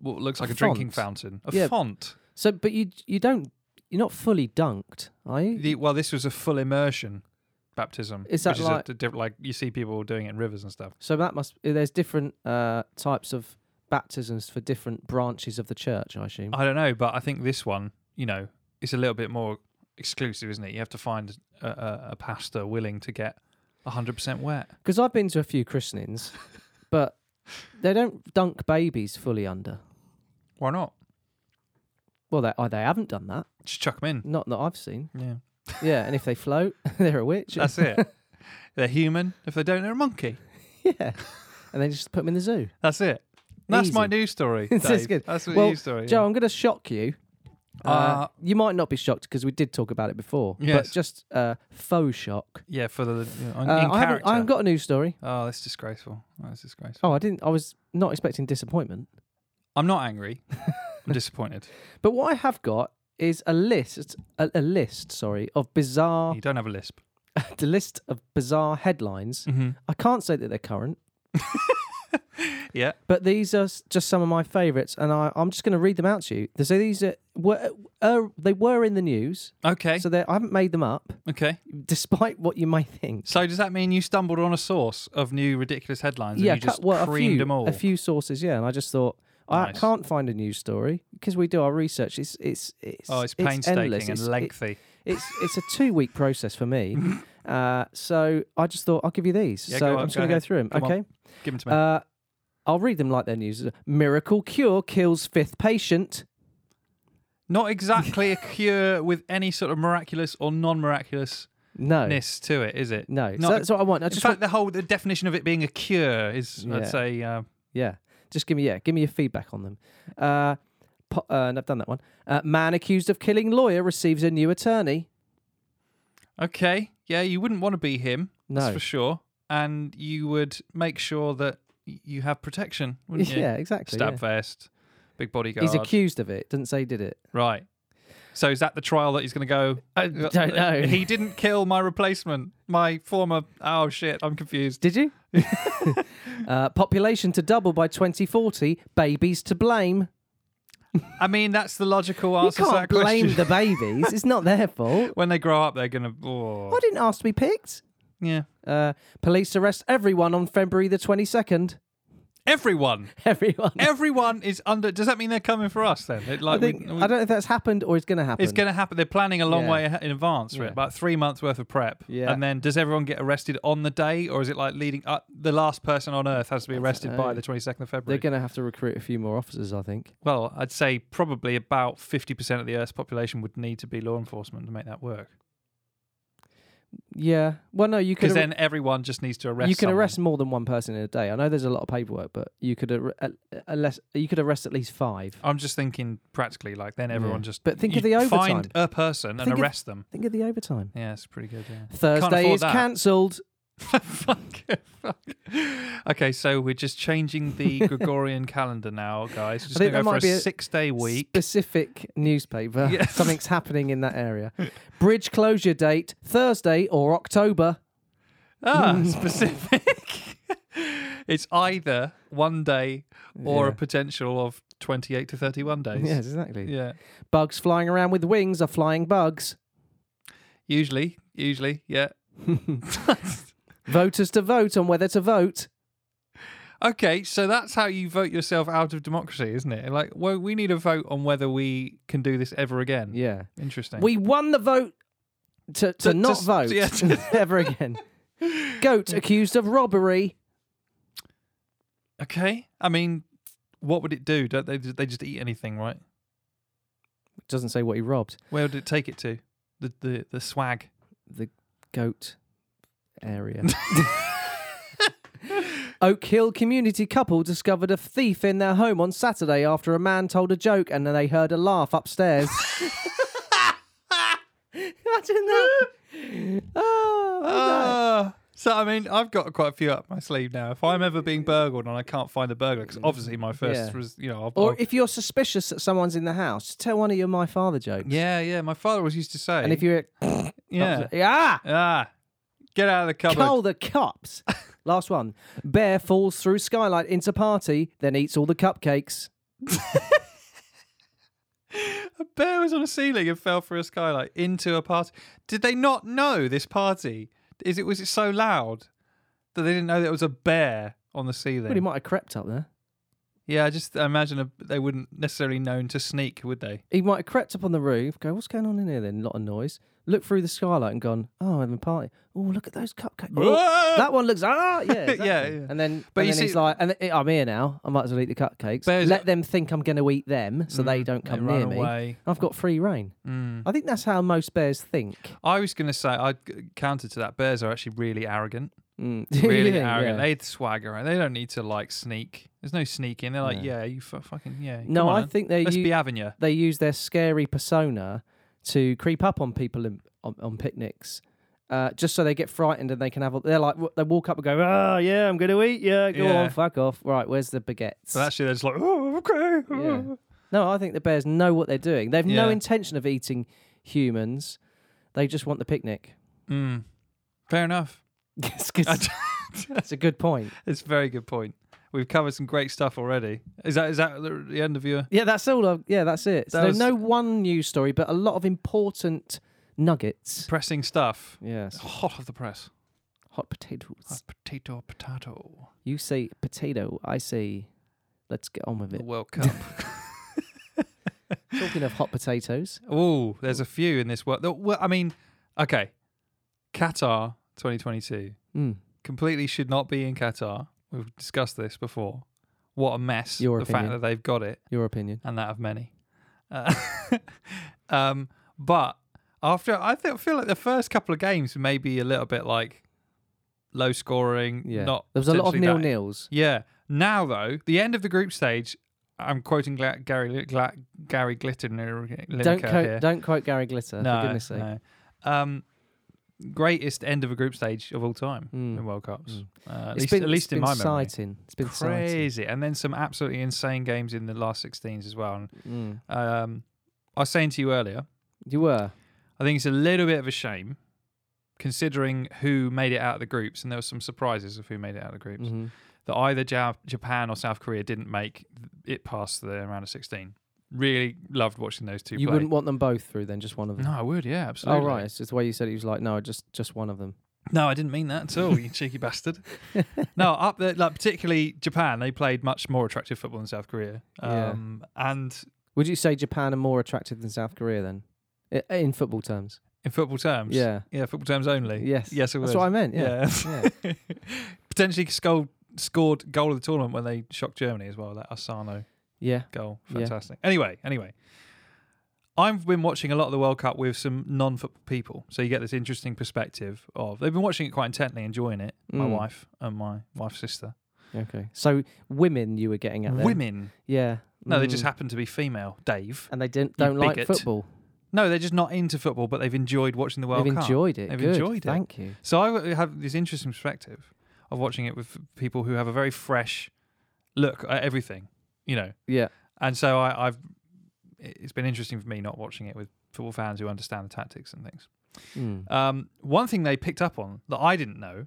Speaker 1: what looks
Speaker 2: A
Speaker 1: like a, drinking
Speaker 2: font.
Speaker 1: fountain, a
Speaker 2: Yeah.
Speaker 1: font.
Speaker 2: So, but you you don't you're not fully dunked, are you?
Speaker 1: The- well, this was a full immersion baptism.
Speaker 2: Is that
Speaker 1: which
Speaker 2: like-
Speaker 1: Is a, diff- like you see people doing it in rivers and stuff.
Speaker 2: So that must there's different uh, types of baptisms for different branches of the church, I assume.
Speaker 1: I don't know, but I think this one, you know, it's a little bit more exclusive, isn't it? You have to find a, a, a pastor willing to get 100% wet.
Speaker 2: Because I've been to a few christenings, but they don't dunk babies fully under.
Speaker 1: Why not?
Speaker 2: Well, they oh, they haven't done that.
Speaker 1: Just chuck them
Speaker 2: Not that I've seen.
Speaker 1: in. Yeah.
Speaker 2: Yeah, and if they float, they're a witch.
Speaker 1: That's it. they're human. If they don't, they're a monkey.
Speaker 2: yeah, and then just put them in the zoo.
Speaker 1: That's it. That's my
Speaker 2: Easy.
Speaker 1: news story.
Speaker 2: This is
Speaker 1: Dave.
Speaker 2: good.
Speaker 1: That's my
Speaker 2: Well,
Speaker 1: news story.
Speaker 2: Joe, I'm going to shock you. Uh,
Speaker 1: Uh,
Speaker 2: you might not be shocked because we did talk about it before.
Speaker 1: Yes.
Speaker 2: But just uh, faux shock.
Speaker 1: yeah. yeah, for the you know, in
Speaker 2: Uh, I, haven't,
Speaker 1: character.
Speaker 2: I haven't got a news story.
Speaker 1: oh, that's disgraceful. That's disgraceful.
Speaker 2: Oh, I didn't. I was not expecting disappointment.
Speaker 1: I'm not angry. I'm disappointed.
Speaker 2: But what I have got is a list, a, a list, sorry, of bizarre,
Speaker 1: You don't have a lisp.
Speaker 2: the list of bizarre headlines.
Speaker 1: Mm-hmm.
Speaker 2: I can't say that they're current,
Speaker 1: Yeah.
Speaker 2: but these are s- just some of my favourites, and I, I'm just going to read them out to you. So these are, were uh, they were in the news,
Speaker 1: Okay.
Speaker 2: so they- I haven't made them up,
Speaker 1: okay.
Speaker 2: despite what you may think.
Speaker 1: So does that mean you stumbled on a source of new ridiculous headlines
Speaker 2: yeah,
Speaker 1: and you
Speaker 2: cut-
Speaker 1: just
Speaker 2: well, a
Speaker 1: creamed
Speaker 2: few,
Speaker 1: them all?
Speaker 2: A few sources, yeah. And I just thought I
Speaker 1: Nice.
Speaker 2: can't find a news story because we do our research. It's it's it's
Speaker 1: oh, it's painstaking
Speaker 2: endless.
Speaker 1: and
Speaker 2: it's, it-
Speaker 1: lengthy.
Speaker 2: it's it's a two week process for me. uh, so I just thought I'll give you these.
Speaker 1: Yeah,
Speaker 2: so
Speaker 1: go on,
Speaker 2: I'm just
Speaker 1: go
Speaker 2: gonna go
Speaker 1: ahead.
Speaker 2: through them.
Speaker 1: Come on,
Speaker 2: okay.
Speaker 1: Give them to me.
Speaker 2: Uh, I'll read them like their news. Miracle cure kills fifth patient.
Speaker 1: Not exactly a cure with any sort of miraculous or non-miraculousness
Speaker 2: No.
Speaker 1: to it, is it?
Speaker 2: No.
Speaker 1: Not
Speaker 2: so
Speaker 1: a-
Speaker 2: that's what I want. I
Speaker 1: In
Speaker 2: just
Speaker 1: fact,
Speaker 2: want,
Speaker 1: the whole the definition of it being a cure is,
Speaker 2: Yeah.
Speaker 1: I'd say, uh,
Speaker 2: yeah. Just give me yeah, give me your feedback on them. Uh, po- uh, and I've done that one. Uh, man accused of killing lawyer receives a new attorney.
Speaker 1: okay, yeah, you wouldn't want to be him,
Speaker 2: No.
Speaker 1: that's for sure, and you would make sure that y- you have protection, wouldn't you?
Speaker 2: Yeah, exactly.
Speaker 1: Stab
Speaker 2: yeah.
Speaker 1: vest, big bodyguard.
Speaker 2: He's accused of it. Doesn't say he did it.
Speaker 1: right? So is that the trial that he's going to go? I
Speaker 2: don't know.
Speaker 1: He didn't kill my replacement, my former. Oh shit, I'm confused.
Speaker 2: Did you? uh, population to double by 2040. Babies to blame.
Speaker 1: I mean, that's the logical answer
Speaker 2: you
Speaker 1: to
Speaker 2: can't
Speaker 1: that
Speaker 2: blame
Speaker 1: question.
Speaker 2: the babies. It's not their fault.
Speaker 1: when they grow up, they're going to. Oh,
Speaker 2: I didn't ask to be picked.
Speaker 1: yeah,
Speaker 2: Uh, police arrest everyone on February the 22nd.
Speaker 1: everyone.
Speaker 2: Everyone.
Speaker 1: Everyone is under. Does that mean they're coming for us then? It,
Speaker 2: I
Speaker 1: like, we-
Speaker 2: think
Speaker 1: we-
Speaker 2: I don't know if that's happened or it's going to happen.
Speaker 1: It's going to happen. They're planning a long
Speaker 2: Yeah.
Speaker 1: way ahe- in advance for it, about three months worth of prep.
Speaker 2: Yeah.
Speaker 1: And then does everyone get arrested on the day, or is it like leading up? The last person on earth has to be arrested by
Speaker 2: know.
Speaker 1: the 22nd of
Speaker 2: They're
Speaker 1: February.
Speaker 2: going to have to recruit a few more officers, I think.
Speaker 1: well, I'd say probably about 50% of the Earth's population would need to be law enforcement to make that work.
Speaker 2: Yeah. Well, no, you could
Speaker 1: Because
Speaker 2: arre-
Speaker 1: then everyone just needs to arrest.
Speaker 2: you can
Speaker 1: someone.
Speaker 2: arrest more than one person in a day. I know there's a lot of paperwork, but you could arre- a- a less, you could arrest at least five.
Speaker 1: I'm just thinking practically, like then everyone
Speaker 2: Yeah.
Speaker 1: just.
Speaker 2: But think of
Speaker 1: you
Speaker 2: the
Speaker 1: Find
Speaker 2: overtime.
Speaker 1: a person
Speaker 2: Think
Speaker 1: and
Speaker 2: of-
Speaker 1: arrest them.
Speaker 2: Think of the overtime.
Speaker 1: Yeah, it's pretty good. Yeah.
Speaker 2: Thursday
Speaker 1: afford
Speaker 2: is
Speaker 1: that.
Speaker 2: cancelled.
Speaker 1: fuck, fuck. Okay, so we're just changing the Gregorian calendar now, guys. We're just going
Speaker 2: think
Speaker 1: to
Speaker 2: that
Speaker 1: go for
Speaker 2: might
Speaker 1: a
Speaker 2: be a-
Speaker 1: six-day week.
Speaker 2: Specific newspaper.
Speaker 1: Yes.
Speaker 2: Something's happening in that area. Bridge closure date Thursday or October.
Speaker 1: ah, specific. it's either one day or a
Speaker 2: Yeah.
Speaker 1: potential of twenty-eight to thirty-one days.
Speaker 2: Yes, exactly.
Speaker 1: Yeah.
Speaker 2: Bugs flying around with wings are flying bugs.
Speaker 1: Usually, usually, yeah.
Speaker 2: Voters to vote on whether to vote.
Speaker 1: Okay, so that's how you vote yourself out of democracy, isn't it? Like, well, we need a vote on whether we can do this ever again.
Speaker 2: Yeah.
Speaker 1: Interesting.
Speaker 2: We won the vote to, to,
Speaker 1: To- to
Speaker 2: not
Speaker 1: s-
Speaker 2: vote
Speaker 1: yeah, to-
Speaker 2: ever again. Goat accused of robbery.
Speaker 1: okay. I mean, what would it do? Don't they? They just eat anything, right?
Speaker 2: Doesn't say what he robbed.
Speaker 1: Where would it take it to? The the, the swag.
Speaker 2: Goat area. Oak Hill community couple discovered a thief in their home on Saturday after a man told a joke and then they heard a laugh upstairs. Imagine that. Oh, I know.
Speaker 1: Ah. so I mean, I've got quite a few up my sleeve now. If I'm ever being burgled and I can't find the burglar, because obviously my first
Speaker 2: Yeah.
Speaker 1: was, you know, I'll,
Speaker 2: or
Speaker 1: I'll-
Speaker 2: if you're suspicious that someone's in the house, tell one of your my father jokes.
Speaker 1: yeah, yeah. My father was used to say,
Speaker 2: And if you're
Speaker 1: yeah,
Speaker 2: yeah,
Speaker 1: ah, get out of the cupboard.
Speaker 2: call the cops. Last one. Bear falls through skylight into party, then eats all the cupcakes.
Speaker 1: A bear was on a ceiling and fell through a skylight into a party. Did they not know this party? Is it was it so loud that they didn't know there was a bear on the ceiling?
Speaker 2: Well, he might have crept up there.
Speaker 1: Yeah, I just imagine a, they wouldn't necessarily known to sneak, would they?
Speaker 2: He might have crept up on the roof, go, what's going on in here then? A lot of noise. Look through the skylight and gone, oh, having a party. Oh, look at those cupcakes. Oh, that one looks, ah, yeah. exactly.
Speaker 1: Yeah, yeah.
Speaker 2: And then,
Speaker 1: But
Speaker 2: but
Speaker 1: you
Speaker 2: then he's
Speaker 1: see-
Speaker 2: like, and th- I'm here now. I might as well eat the cupcakes.
Speaker 1: Bears-
Speaker 2: Let them think I'm going to eat them so they don't come
Speaker 1: Mm, run
Speaker 2: near me.
Speaker 1: away. Mm.
Speaker 2: I've got free reign. I think that's how most bears think.
Speaker 1: I was going to say, I counter to that. Bears are actually really arrogant.
Speaker 2: Mm.
Speaker 1: Really
Speaker 2: Yeah,
Speaker 1: arrogant. eh?
Speaker 2: yeah.
Speaker 1: They swagger. around. They don't need to like sneak. There's no sneaking. They're like,
Speaker 2: No.
Speaker 1: yeah, you f- fucking yeah.
Speaker 2: No,
Speaker 1: come on
Speaker 2: I
Speaker 1: then.
Speaker 2: think they
Speaker 1: let's
Speaker 2: u-
Speaker 1: be having you.
Speaker 2: they use their scary persona to creep up on people in, on, on picnics. Uh, just so they get frightened and they can have. A, they're like they walk up and go, "Ah, yeah, I'm gonna eat you. Go
Speaker 1: Yeah.
Speaker 2: on, fuck off. Right, where's the baguettes?
Speaker 1: But actually, they're just like, oh, okay.
Speaker 2: Yeah.
Speaker 1: oh."
Speaker 2: No, I think the bears know what they're doing. They've no
Speaker 1: Yeah.
Speaker 2: intention of eating humans. They just want the picnic.
Speaker 1: Mm. Fair enough.
Speaker 2: it's, good-
Speaker 1: I d-
Speaker 2: it's a good point.
Speaker 1: it's a very good point. We've covered some great stuff already. Is that is that the, the end of your?
Speaker 2: Yeah, that's all. I've, yeah, that's it. So
Speaker 1: That
Speaker 2: there's
Speaker 1: was-
Speaker 2: no one news story, but a lot of important nuggets.
Speaker 1: pressing stuff.
Speaker 2: Yes,
Speaker 1: Hot off the press.
Speaker 2: hot potatoes.
Speaker 1: Hot potato, potato.
Speaker 2: You say potato. I say, let's get on with
Speaker 1: The
Speaker 2: it.
Speaker 1: World Cup.
Speaker 2: Talking of hot potatoes,
Speaker 1: oh, there's a few in this world. the- Well, I mean, okay. Qatar 2022
Speaker 2: mm,
Speaker 1: completely should not be in Qatar. We've discussed this before. What a mess.
Speaker 2: Your
Speaker 1: the fact
Speaker 2: opinion.
Speaker 1: that they've got it
Speaker 2: your opinion?
Speaker 1: and that of many. Uh, um, but after, I th- feel like the first couple of games may be a little bit like low scoring.
Speaker 2: Yeah,
Speaker 1: Not
Speaker 2: there was a lot of
Speaker 1: potentially that
Speaker 2: nil nils.
Speaker 1: Yeah. Now though, the end of the group stage. I'm quoting Gla- Gary Li- Gla- Gary Glitton
Speaker 2: Don't
Speaker 1: here.
Speaker 2: quote, don't quote Gary Glitter.
Speaker 1: no,
Speaker 2: for goodness sake.
Speaker 1: no. Um, greatest end of a group stage of all time
Speaker 2: Mm.
Speaker 1: in World Cups.
Speaker 2: Mm.
Speaker 1: Uh, at
Speaker 2: It's
Speaker 1: least,
Speaker 2: been,
Speaker 1: at least
Speaker 2: it's
Speaker 1: in
Speaker 2: been
Speaker 1: my memory.
Speaker 2: sighting. It's been sighting.
Speaker 1: Crazy, and then some absolutely insane games in the last 16s as well. And,
Speaker 2: Mm.
Speaker 1: um, I was saying to you earlier,
Speaker 2: You were.
Speaker 1: I think it's a little bit of a shame, considering who made it out of the groups, and there were some surprises of who made it out of the groups
Speaker 2: Mhm.
Speaker 1: that either Ja- Japan or South Korea didn't make it past the round of 16. Really loved watching those two.
Speaker 2: You
Speaker 1: play.
Speaker 2: wouldn't want them both through, then just one of them.
Speaker 1: No, I would. Yeah,
Speaker 2: Oh
Speaker 1: absolutely.
Speaker 2: right, it's just the way you said it. He was like, no, just just one of them.
Speaker 1: No, I didn't mean that at all. You cheeky bastard. No, up there, like particularly Japan, they played much more attractive football than South Korea.
Speaker 2: Yeah.
Speaker 1: Um, And
Speaker 2: Would you say Japan are more attractive than South Korea then, I- uh, in football terms?
Speaker 1: in football terms,
Speaker 2: Yeah.
Speaker 1: yeah, football terms only.
Speaker 2: Yes.
Speaker 1: yes, it
Speaker 2: That's
Speaker 1: was.
Speaker 2: what I meant. Yeah.
Speaker 1: Yeah. Potentially scored, scored goal of the tournament when they shocked Germany as well. That Asano
Speaker 2: Yeah.
Speaker 1: goal.
Speaker 2: Yeah.
Speaker 1: Fantastic. Anyway, anyway. I've been watching a lot of the World Cup with some non football people. So you get this interesting perspective of they've been watching it quite intently, enjoying it. My
Speaker 2: Mm.
Speaker 1: wife and my wife's sister.
Speaker 2: Okay. So women, you were getting at then.
Speaker 1: Women.
Speaker 2: Yeah.
Speaker 1: No, they just
Speaker 2: Mm.
Speaker 1: happen to be female, Dave.
Speaker 2: and they didn't don't like
Speaker 1: bigot.
Speaker 2: football.
Speaker 1: No, they're just not into football, but they've enjoyed watching the World
Speaker 2: They've
Speaker 1: Cup.
Speaker 2: enjoyed it.
Speaker 1: They've
Speaker 2: Good.
Speaker 1: enjoyed it.
Speaker 2: Thank you.
Speaker 1: So I have this interesting perspective of watching it with people who have a very fresh look at everything, you know.
Speaker 2: Yeah.
Speaker 1: And so I, I've it's been interesting for me not watching it with football fans who understand the tactics and things.
Speaker 2: Mm.
Speaker 1: Um, one thing they picked up on that I didn't know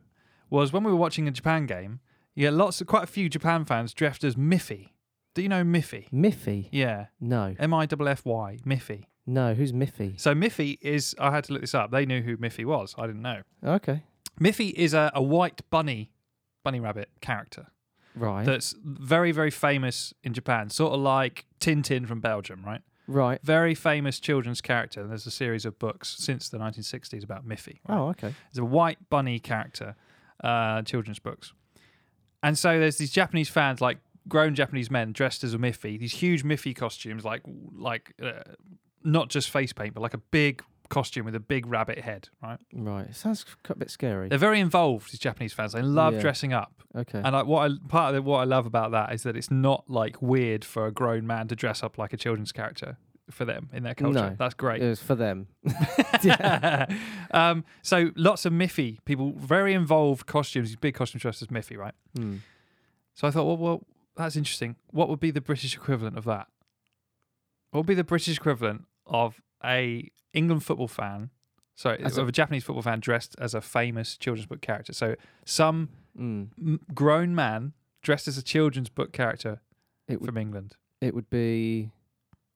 Speaker 1: was when we were watching a Japan game. Yeah, lots of quite a few Japan fans dressed as Miffy. Do you know Miffy?
Speaker 2: Miffy.
Speaker 1: Yeah,
Speaker 2: No.
Speaker 1: M I F F Y, Miffy.
Speaker 2: No. Who's Miffy?
Speaker 1: So Miffy is. I had to look this up. They knew who Miffy was. I didn't know.
Speaker 2: Okay.
Speaker 1: Miffy is a, a white bunny, bunny rabbit character
Speaker 2: Right.
Speaker 1: that's very, very famous in Japan. Sort of like Tintin from Belgium, right?
Speaker 2: right.
Speaker 1: Very famous children's character. And there's a series of books since the 1960s about Miffy. right?
Speaker 2: Oh, okay.
Speaker 1: It's a white bunny character, uh, children's books. And so there's these Japanese fans, like grown Japanese men dressed as a Miffy, these huge Miffy costumes, like like uh, not just face paint, but like a big costume with a big rabbit head, right?
Speaker 2: Right. Sounds a bit scary.
Speaker 1: They're very involved, these Japanese fans. They love
Speaker 2: Yeah.
Speaker 1: dressing up.
Speaker 2: Okay.
Speaker 1: And like what I, part of the, what I love about that is that it's not like weird for a grown man to dress up like a children's character for them in their culture.
Speaker 2: No.
Speaker 1: That's great.
Speaker 2: It was for them.
Speaker 1: um, so lots of Miffy people, very involved costumes, these big costume dressed as Miffy, right?
Speaker 2: Mm.
Speaker 1: So I thought, well, well, that's interesting. What would be the British equivalent of that? What would be the British equivalent of a England football fan? Sorry,
Speaker 2: As a-
Speaker 1: of a Japanese football fan dressed as a famous children's book character. So some
Speaker 2: Mm.
Speaker 1: m- grown man dressed as a children's book character
Speaker 2: It would.
Speaker 1: from England.
Speaker 2: It would be.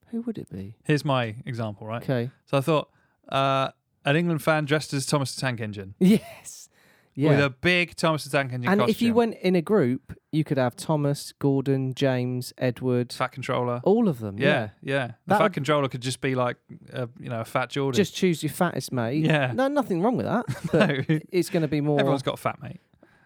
Speaker 2: Who would it be?
Speaker 1: Here's my example, right?
Speaker 2: Okay.
Speaker 1: So I thought uh, an England fan dressed as Thomas the Tank Engine.
Speaker 2: Yes. Yeah.
Speaker 1: with a big Thomas the Tank Engine
Speaker 2: and
Speaker 1: costume.
Speaker 2: if you went in a group, you could have Thomas, Gordon, James, Edward,
Speaker 1: fat controller,
Speaker 2: all of them. Oh, Yeah.
Speaker 1: yeah, yeah, the
Speaker 2: That
Speaker 1: fat
Speaker 2: would-
Speaker 1: controller could just be like, uh, you know, a fat Jordan.
Speaker 2: Just choose your fattest mate.
Speaker 1: Yeah.
Speaker 2: No, nothing wrong with that. But
Speaker 1: No.
Speaker 2: it's going to be more
Speaker 1: everyone's got fat, mate.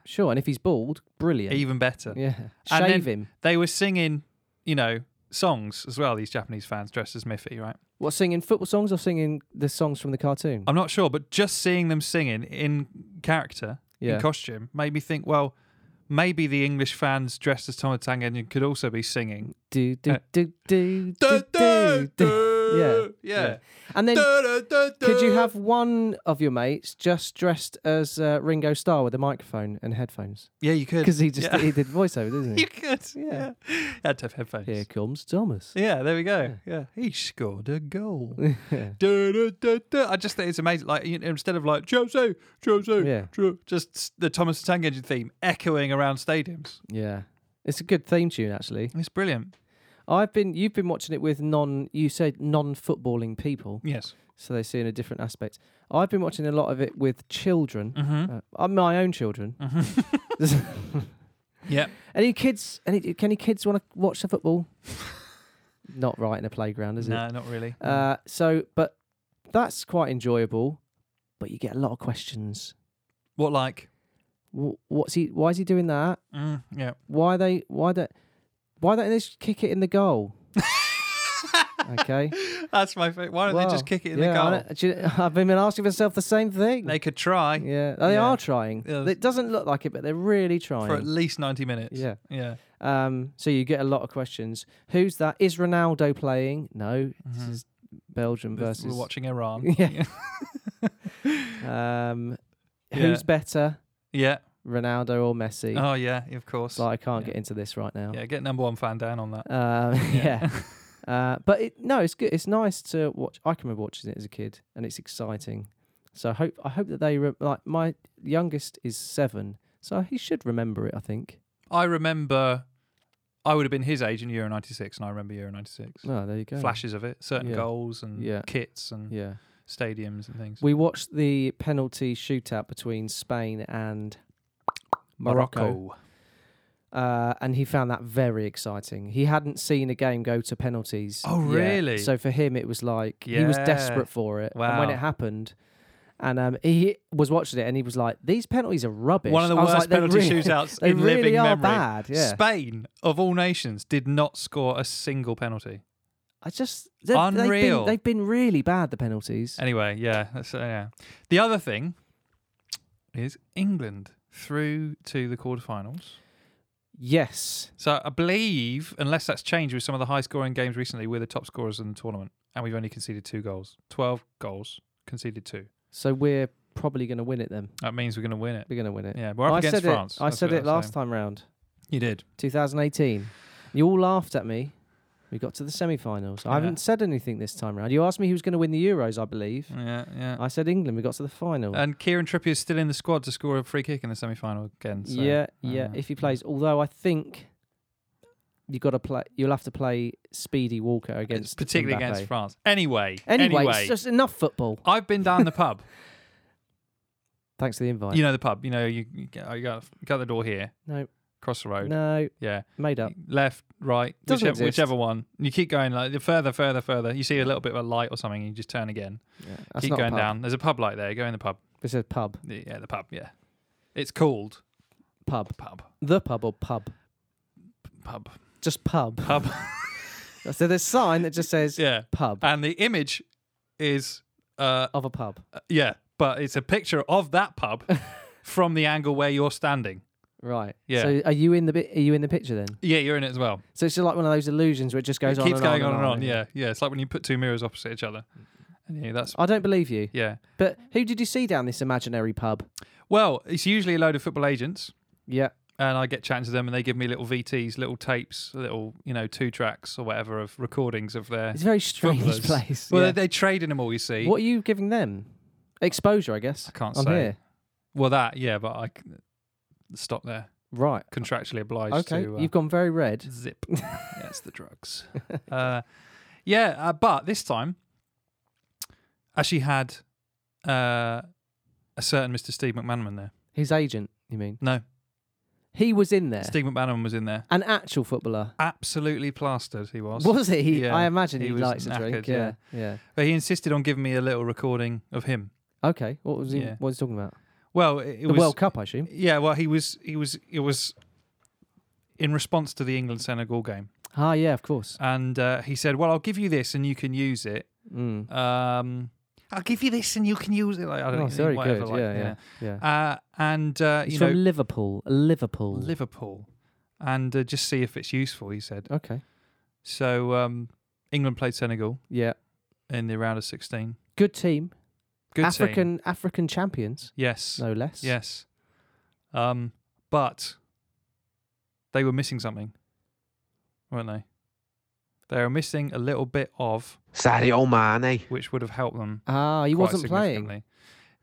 Speaker 2: sure. And if he's bald, brilliant.
Speaker 1: Even better.
Speaker 2: yeah.
Speaker 1: And then-
Speaker 2: Shave him.
Speaker 1: They were singing, you know, songs as well. These Japanese fans dressed as Miffy, right?
Speaker 2: What singing football songs or singing the songs from the cartoon?
Speaker 1: I'm not sure, but just seeing them singing in character, in costume, made me think, well, maybe the English fans dressed as Thomas the Tank Engine could also be singing.
Speaker 2: do do
Speaker 1: Uh,
Speaker 2: do do
Speaker 1: Da,
Speaker 2: do
Speaker 1: da,
Speaker 2: do. do.
Speaker 1: da.
Speaker 2: Yeah.
Speaker 1: Yeah.
Speaker 2: And then
Speaker 1: Da, da, da, da.
Speaker 2: could you have one of your mates just dressed as uh, Ringo Starr with a microphone and headphones?
Speaker 1: Yeah, you could.
Speaker 2: Because he just
Speaker 1: Yeah.
Speaker 2: he did voiceover, didn't
Speaker 1: you
Speaker 2: he?
Speaker 1: could. Yeah.
Speaker 2: Yeah.
Speaker 1: Had to have headphones.
Speaker 2: Here comes Thomas.
Speaker 1: Yeah, there we go. Yeah. He scored a goal.
Speaker 2: yeah.
Speaker 1: Da, da, da, da. I just think it's amazing. Like you know, instead of like Chelsea, Chelsea,
Speaker 2: Yeah.
Speaker 1: Chel-" just s- the Thomas the Tank Engine theme echoing around stadiums.
Speaker 2: Yeah. It's a good theme tune actually.
Speaker 1: It's brilliant.
Speaker 2: I've been you've been watching it with non you said non footballing people,
Speaker 1: Yes.
Speaker 2: so they see in a different aspect. I've been watching a lot of it with children.
Speaker 1: Mm-hmm.
Speaker 2: Uh, uh, my own children.
Speaker 1: Yep.
Speaker 2: Any kids? Any? Can any kids want to watch the football? Not right in a playground, is
Speaker 1: No, not really.
Speaker 2: it? Uh, so, but that's quite enjoyable. But you get a lot of questions.
Speaker 1: what like?
Speaker 2: Wh- What's he? Why is he doing that?
Speaker 1: Mm, yeah.
Speaker 2: Why they? Why don't? Why don't they just kick it in the goal? okay.
Speaker 1: That's my favorite. Why don't they
Speaker 2: Well,
Speaker 1: just kick it in
Speaker 2: yeah, I
Speaker 1: the goal?
Speaker 2: don't- do you- I've been asking myself the same thing.
Speaker 1: They could try
Speaker 2: yeah, they
Speaker 1: Yeah.
Speaker 2: are trying.
Speaker 1: Yeah.
Speaker 2: It doesn't look like it, but they're really trying.
Speaker 1: for at least ninety minutes.
Speaker 2: yeah.
Speaker 1: Yeah.
Speaker 2: Um, so you get a lot of questions. Who's that? Is Ronaldo playing? No, this
Speaker 1: Mhm.
Speaker 2: is Belgium
Speaker 1: This-
Speaker 2: versus.
Speaker 1: We're watching Iran.
Speaker 2: Yeah. Um,
Speaker 1: Yeah.
Speaker 2: Who's better,
Speaker 1: yeah.
Speaker 2: Ronaldo or Messi?
Speaker 1: Oh yeah. Of course.
Speaker 2: So I can't
Speaker 1: yeah.
Speaker 2: get into this right now.
Speaker 1: yeah. Get number one fan down on that.
Speaker 2: Um, uh, yeah. uh, but it, no, it's good. It's nice to watch. I can remember watching it as a kid, and it's exciting. So I hope I hope that they re- like my youngest is seven, so he should remember it. I think.
Speaker 1: I remember I would have been his age in Euro 96, and I remember Euro 96.
Speaker 2: Oh, there you go.
Speaker 1: Flashes of it, certain
Speaker 2: Yeah.
Speaker 1: goals and
Speaker 2: Yeah.
Speaker 1: kits and
Speaker 2: Yeah.
Speaker 1: stadiums and things.
Speaker 2: We watched the penalty shootout between Spain and Morocco, Uh, and he found that very exciting. He hadn't seen a game go to penalties.
Speaker 1: Oh,
Speaker 2: yet,
Speaker 1: really?
Speaker 2: So for him, it was like he was
Speaker 1: Yeah.
Speaker 2: desperate for it. And
Speaker 1: Wow.
Speaker 2: when it happened, and um, he was watching it, and he was like, "These penalties are rubbish."
Speaker 1: One of the
Speaker 2: I was
Speaker 1: worst
Speaker 2: like, "They
Speaker 1: penalty
Speaker 2: really-
Speaker 1: shootouts
Speaker 2: They
Speaker 1: in
Speaker 2: really
Speaker 1: living
Speaker 2: are
Speaker 1: memory.
Speaker 2: bad. Yeah,
Speaker 1: Spain, of all nations, did not score a single penalty.
Speaker 2: I just they've, they've been-
Speaker 1: Unreal.
Speaker 2: They've been, really bad. The penalties.
Speaker 1: Anyway, yeah, that's, uh, yeah. The other thing is England through to the quarterfinals.
Speaker 2: yes.
Speaker 1: So I believe, unless that's changed with some of the high scoring games recently, we're the top scorers in the tournament. And we've only conceded two goals. 12 goals, conceded two.
Speaker 2: So we're probably going to win it. Then
Speaker 1: That means we're going to win it.
Speaker 2: we're going to win it.
Speaker 1: Yeah, we're up
Speaker 2: I
Speaker 1: against
Speaker 2: said
Speaker 1: France.
Speaker 2: It, I said it last time round.
Speaker 1: You did.
Speaker 2: 2018. You all laughed at me. We got to the semi-finals.
Speaker 1: Yeah.
Speaker 2: I haven't said anything this time round. You asked me who was going to win the Euros, I believe.
Speaker 1: Yeah, yeah.
Speaker 2: I said England. We got to the final.
Speaker 1: and Kieran Trippier is still in the squad to score a free kick in the semi final again. So,
Speaker 2: yeah,
Speaker 1: I
Speaker 2: yeah.
Speaker 1: dunno.
Speaker 2: If he plays, although I think you got to play. You'll have to play Speedy Walker
Speaker 1: It's
Speaker 2: against,
Speaker 1: particularly
Speaker 2: Mbappe.
Speaker 1: against France. Anyway,
Speaker 2: Anyway,
Speaker 1: anyway,
Speaker 2: it's just enough football.
Speaker 1: I've been down the pub.
Speaker 2: Thanks for the invite.
Speaker 1: you know the pub. You know you, you go you go- go out the door here,
Speaker 2: no,
Speaker 1: cross the road.
Speaker 2: no,
Speaker 1: Yeah,
Speaker 2: made up.
Speaker 1: left, right,
Speaker 2: Doesn't
Speaker 1: whichever,
Speaker 2: exist.
Speaker 1: whichever one. You keep going like the further, further, further. You see a little bit of a light or something, and you just turn again.
Speaker 2: Yeah, that's
Speaker 1: keep
Speaker 2: not a
Speaker 1: going
Speaker 2: pub.
Speaker 1: down. There's a pub light there. Go in the pub.
Speaker 2: It's a pub,
Speaker 1: Yeah, the pub. Yeah, it's called
Speaker 2: pub,
Speaker 1: pub,
Speaker 2: the pub or pub,
Speaker 1: pub,
Speaker 2: just pub.
Speaker 1: pub.
Speaker 2: so there's a sign that just says
Speaker 1: yeah,
Speaker 2: pub
Speaker 1: and the image is uh
Speaker 2: of a pub,
Speaker 1: Yeah, but it's a picture of that pub from the angle where you're standing.
Speaker 2: right?
Speaker 1: Yeah.
Speaker 2: So are you in the bit? Are you in the picture then?
Speaker 1: Yeah, you're in it as well.
Speaker 2: So it's just like one of those illusions where it just goes
Speaker 1: it
Speaker 2: on
Speaker 1: keeps
Speaker 2: and
Speaker 1: going
Speaker 2: on, and on
Speaker 1: Yeah, yeah. It's like when you put two mirrors opposite each other. And yeah, that's
Speaker 2: I don't believe you.
Speaker 1: yeah.
Speaker 2: But who did you see down this imaginary pub?
Speaker 1: Well, it's usually a load of football agents,
Speaker 2: Yeah.
Speaker 1: and I get chatting to them, and they give me little VTs, little tapes, little you know two tracks or whatever of recordings of their.
Speaker 2: It's a very strange
Speaker 1: Footballers.
Speaker 2: place.
Speaker 1: Well,
Speaker 2: yeah.
Speaker 1: they, they trade in them all. You see.
Speaker 2: what are you giving them? Exposure, I guess.
Speaker 1: I can't
Speaker 2: on
Speaker 1: say.
Speaker 2: here.
Speaker 1: Well, that yeah, but I c- stop there.
Speaker 2: Right.
Speaker 1: Contractually obliged
Speaker 2: Okay.
Speaker 1: to. uh,
Speaker 2: You've gone very red.
Speaker 1: Zip. That's the drugs. Uh, yeah, uh, but this time, as she had uh, a certain Mr. Steve McManaman there.
Speaker 2: His agent, you mean?
Speaker 1: No,
Speaker 2: He was in there.
Speaker 1: Steve McManaman was in there.
Speaker 2: An actual footballer.
Speaker 1: Absolutely plastered, he was.
Speaker 2: Was he?
Speaker 1: Yeah,
Speaker 2: I imagine
Speaker 1: he
Speaker 2: he,
Speaker 1: was
Speaker 2: likes a
Speaker 1: knackered,
Speaker 2: drink. Yeah. yeah.
Speaker 1: But he insisted on giving me a little recording of him.
Speaker 2: Okay. What was he
Speaker 1: Yeah.
Speaker 2: what was he talking about?
Speaker 1: Well, it, it
Speaker 2: the
Speaker 1: was
Speaker 2: World Cup, I assume.
Speaker 1: Yeah, well, he was he was it was in response to the England Senegal game,
Speaker 2: Ah yeah, of course.
Speaker 1: and uh, he said, "Well, I'll give you this, and you can use it.
Speaker 2: Mm.
Speaker 1: Um, I'll give you this, and you can use it." Like, I don't
Speaker 2: Oh,
Speaker 1: know,
Speaker 2: it's very
Speaker 1: whatever,
Speaker 2: good.
Speaker 1: like,
Speaker 2: yeah, yeah. Yeah.
Speaker 1: Uh, and uh,
Speaker 2: He's
Speaker 1: you
Speaker 2: from
Speaker 1: know,
Speaker 2: Liverpool. Liverpool.
Speaker 1: Liverpool, and uh, just see if it's useful. He said.
Speaker 2: okay.
Speaker 1: So um, England played Senegal
Speaker 2: Yeah.
Speaker 1: in the round of sixteen.
Speaker 2: Good team.
Speaker 1: Good team.
Speaker 2: African African champions,
Speaker 1: Yes.
Speaker 2: no less.
Speaker 1: Yes. Um, but they were missing something, weren't they? They were missing a little bit of
Speaker 4: Sadio Mane.
Speaker 1: which would have helped them.
Speaker 2: Ah, he
Speaker 1: quite
Speaker 2: wasn't playing.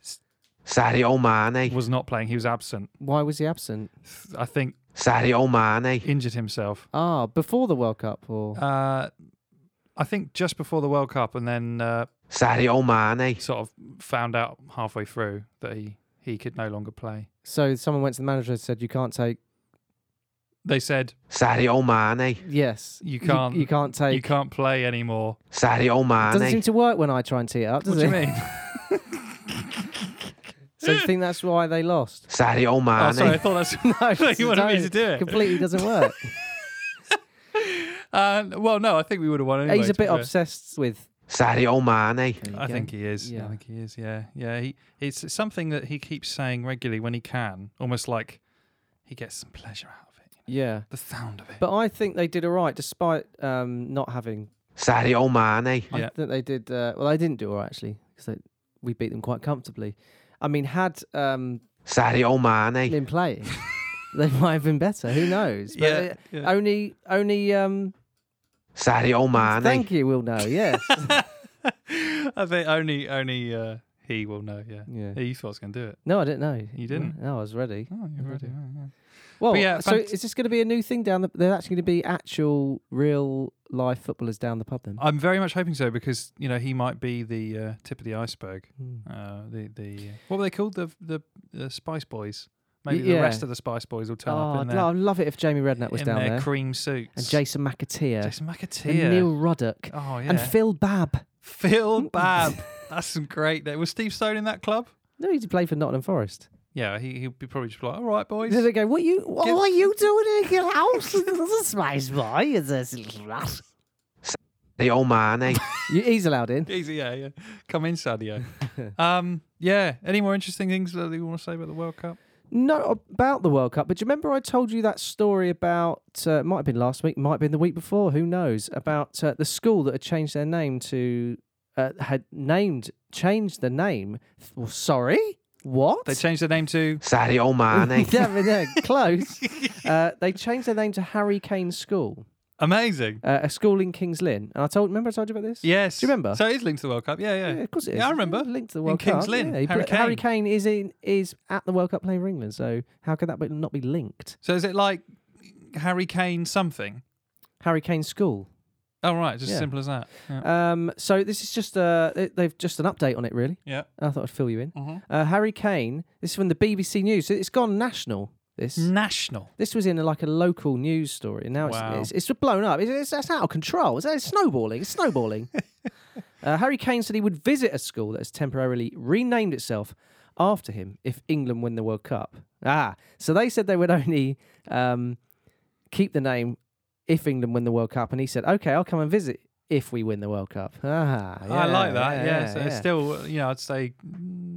Speaker 1: significantly.
Speaker 4: Sadio Mane.
Speaker 1: Was not playing. He was absent.
Speaker 2: Why was he absent?
Speaker 1: I think
Speaker 4: Sadio Mane.
Speaker 1: injured himself.
Speaker 2: Ah, before the World Cup or
Speaker 1: Uh, I think just before the World Cup, and then uh,
Speaker 4: Sadio Mane.
Speaker 1: sort of found out halfway through that he he could no longer play.
Speaker 2: so someone went to the manager and said you can't take
Speaker 1: They said
Speaker 4: Sadio Mane.
Speaker 2: yes.
Speaker 1: You can't-
Speaker 2: you, can't take
Speaker 1: you can't play anymore.
Speaker 4: Sadio
Speaker 2: doesn't seem
Speaker 4: Mane.
Speaker 2: to work when I try and tee it up, does
Speaker 1: What do
Speaker 2: it?
Speaker 1: you mean?
Speaker 2: So you think that's why they lost?
Speaker 4: Sadio
Speaker 1: oh, sorry, I
Speaker 4: Mane.
Speaker 1: thought that's
Speaker 2: No,
Speaker 1: thought you wanted me
Speaker 2: don't.
Speaker 1: to do it.
Speaker 2: Completely doesn't work.
Speaker 1: Uh, well, no, I think we would have won anyway.
Speaker 2: He's a
Speaker 1: to be
Speaker 2: bit
Speaker 1: fair.
Speaker 2: obsessed with.
Speaker 4: Sadio Mane.
Speaker 1: I think he is. I
Speaker 2: Yeah.
Speaker 1: think he is. Yeah, yeah. He it's something that he keeps saying regularly when he can, almost like he gets some pleasure out of it,
Speaker 2: Yeah,
Speaker 1: the sound of it.
Speaker 2: but I think they did all right despite um, not having.
Speaker 4: Sadio Mane.
Speaker 1: Yeah.
Speaker 2: I think they did. Uh, well, they didn't do all right actually because we beat them quite comfortably. I mean, had um,
Speaker 4: Sadio Mane.
Speaker 2: been playing, they might have been better. Who knows? But
Speaker 1: yeah,
Speaker 2: uh, Only, only. Um,
Speaker 4: Sadio Mane.
Speaker 2: thank you. We'll know. Yes.
Speaker 1: yeah. I think only only uh, he will know. Yeah,
Speaker 2: yeah.
Speaker 1: he thought I was going to do it.
Speaker 2: No, I didn't know.
Speaker 1: You didn't?
Speaker 2: No, I was ready.
Speaker 1: Oh, you're ready. right, yeah.
Speaker 2: Well,
Speaker 1: yeah,
Speaker 2: so
Speaker 1: fant-
Speaker 2: is this going to be a new thing down the? They're actually going to be actual, real life footballers down the pub then.
Speaker 1: I'm very much hoping so because you know he might be the uh, tip of the iceberg.
Speaker 2: Hmm.
Speaker 1: Uh, the the what were they called? The the, the Spice Boys. Maybe the
Speaker 2: yeah.
Speaker 1: rest of the Spice Boys will turn up
Speaker 2: Oh,
Speaker 1: in
Speaker 2: I'd
Speaker 1: their,
Speaker 2: lo- I'd love it if Jamie Redknapp was
Speaker 1: in
Speaker 2: down
Speaker 1: their
Speaker 2: there.
Speaker 1: cream suits.
Speaker 2: and Jason McAteer.
Speaker 1: Jason McAteer.
Speaker 2: and Neil Ruddock.
Speaker 1: oh yeah.
Speaker 2: And Phil Mm. Babb.
Speaker 1: Phil Babb. That's some great. Name. Was Steve Stone in that club?
Speaker 2: No, he played for Nottingham Forest.
Speaker 1: Yeah, he he'd be probably just like, all right, boys.
Speaker 2: Then they go, what you, what
Speaker 1: Give-
Speaker 2: are you doing in your house? This is my spy. Is this rat?
Speaker 4: Sadio Mane.
Speaker 2: You- He's allowed in.
Speaker 1: Easy, yeah, yeah. Come in, Sadio. um, yeah. Any more interesting things that you want to say about the World Cup?
Speaker 2: No, about the World Cup. But do you remember I told you that story about, uh, might have been last week, might have been the week before, who knows, about uh, the school that had changed their name to, uh, had named, changed the name. Well, sorry? What?
Speaker 1: They changed their name to.
Speaker 4: Sadio Mane.
Speaker 2: yeah, but they're close. Uh, they changed their name to Harry Kane School,
Speaker 1: Amazing.
Speaker 2: uh, a school in Kings Lyn. And I told, remember I told you about this?
Speaker 1: Yes.
Speaker 2: Do you remember?
Speaker 1: So it is linked to the World Cup. Yeah, yeah.
Speaker 2: Yeah, of course it is.
Speaker 1: Yeah, I remember.
Speaker 2: Yeah, linked to the World
Speaker 1: Kings
Speaker 2: Cup.
Speaker 1: Lyn,
Speaker 2: yeah, he
Speaker 1: Harry
Speaker 2: pla- Harry
Speaker 1: Kane.
Speaker 2: Kane is in is at the World Cup playing for England. So how could that be, not be linked?
Speaker 1: So is it like Harry Kane something?
Speaker 2: Harry Kane School.
Speaker 1: Oh right, just
Speaker 2: Yeah.
Speaker 1: simple as that. Yeah.
Speaker 2: Um, so this is just uh, they- they've just an update on it really.
Speaker 1: yeah.
Speaker 2: I thought I'd fill you in.
Speaker 1: Mhm.
Speaker 2: Uh, Harry Kane. This is from the BBC News. So it's gone national. This.
Speaker 1: National.
Speaker 2: This was in like a local news story, and now
Speaker 1: Wow.
Speaker 2: it's, it's it's blown up. It's, it's, that's out of control. It's, it's snowballing. It's snowballing. uh, Harry Kane said he would visit a school that has temporarily renamed itself after him if England win the World Cup. Ah, so they said they would only um, keep the name if England win the World Cup, and he said, "Okay, I'll come and visit if we win the World Cup." Ah,
Speaker 1: I
Speaker 2: yeah,
Speaker 1: like that. Yeah. so
Speaker 2: yeah.
Speaker 1: it's still, you know, I'd say mm,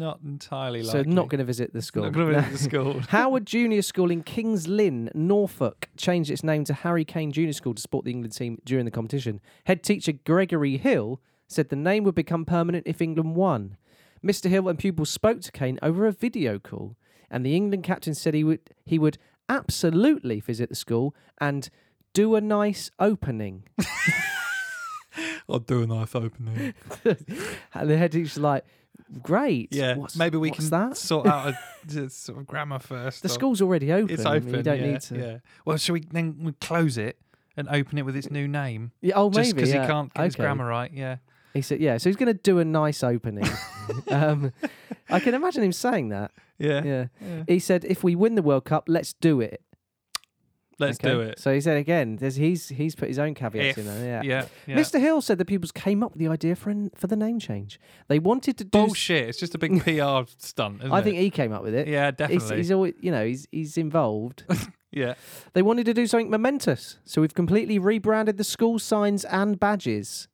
Speaker 1: not entirely
Speaker 2: So
Speaker 1: likely.
Speaker 2: not going to visit the school.
Speaker 1: Not gonna visit the school.
Speaker 2: Howard Junior School in Kings Lynn, Norfolk, changed its name to Harry Kane Junior School to support the England team during the competition. Head teacher Gregory Hill said the name would become permanent if England won. Mr. Hill and pupils spoke to Kane over a video call, and the England captain said he would he would absolutely visit the school and do a nice opening.
Speaker 1: I'll do a knife opening.
Speaker 2: and the head teacher's like, "Great,
Speaker 1: Yeah,
Speaker 2: what's-
Speaker 1: maybe we
Speaker 2: what's
Speaker 1: can
Speaker 2: that."
Speaker 1: sort out a, just sort of grammar first.
Speaker 2: The
Speaker 1: or-
Speaker 2: school's already open.
Speaker 1: it's
Speaker 2: I mean,
Speaker 1: open.
Speaker 2: You don't
Speaker 1: yeah,
Speaker 2: need to.
Speaker 1: Yeah. Well, should we then we close it and open it with its new name?
Speaker 2: Yeah, oh,
Speaker 1: Just
Speaker 2: maybe
Speaker 1: because
Speaker 2: yeah.
Speaker 1: he can't get his
Speaker 2: Okay.
Speaker 1: grammar right. Yeah.
Speaker 2: He said, "Yeah." So he's going to do a nice opening. um, I can imagine him saying that.
Speaker 5: Yeah.
Speaker 2: Yeah.
Speaker 5: Yeah.
Speaker 2: He said, if we win the World Cup, let's do it.
Speaker 1: Let's
Speaker 2: Okay?
Speaker 1: do it.
Speaker 2: So he said again, there's, he's he's put his own caveats in
Speaker 5: If-
Speaker 2: there. Yeah.
Speaker 5: yeah, yeah.
Speaker 2: Mr. Hill said the pupils came up with the idea for an, for the name change. They wanted to do. s-
Speaker 1: Bullshit. It's just a big PR stunt, isn't
Speaker 2: I
Speaker 1: it?
Speaker 2: think he came up with it.
Speaker 5: Yeah,
Speaker 2: He's,
Speaker 5: definitely.
Speaker 2: he's always, you know, he's he's involved.
Speaker 5: yeah.
Speaker 2: they wanted to do something momentous, so we've completely rebranded the school signs and badges.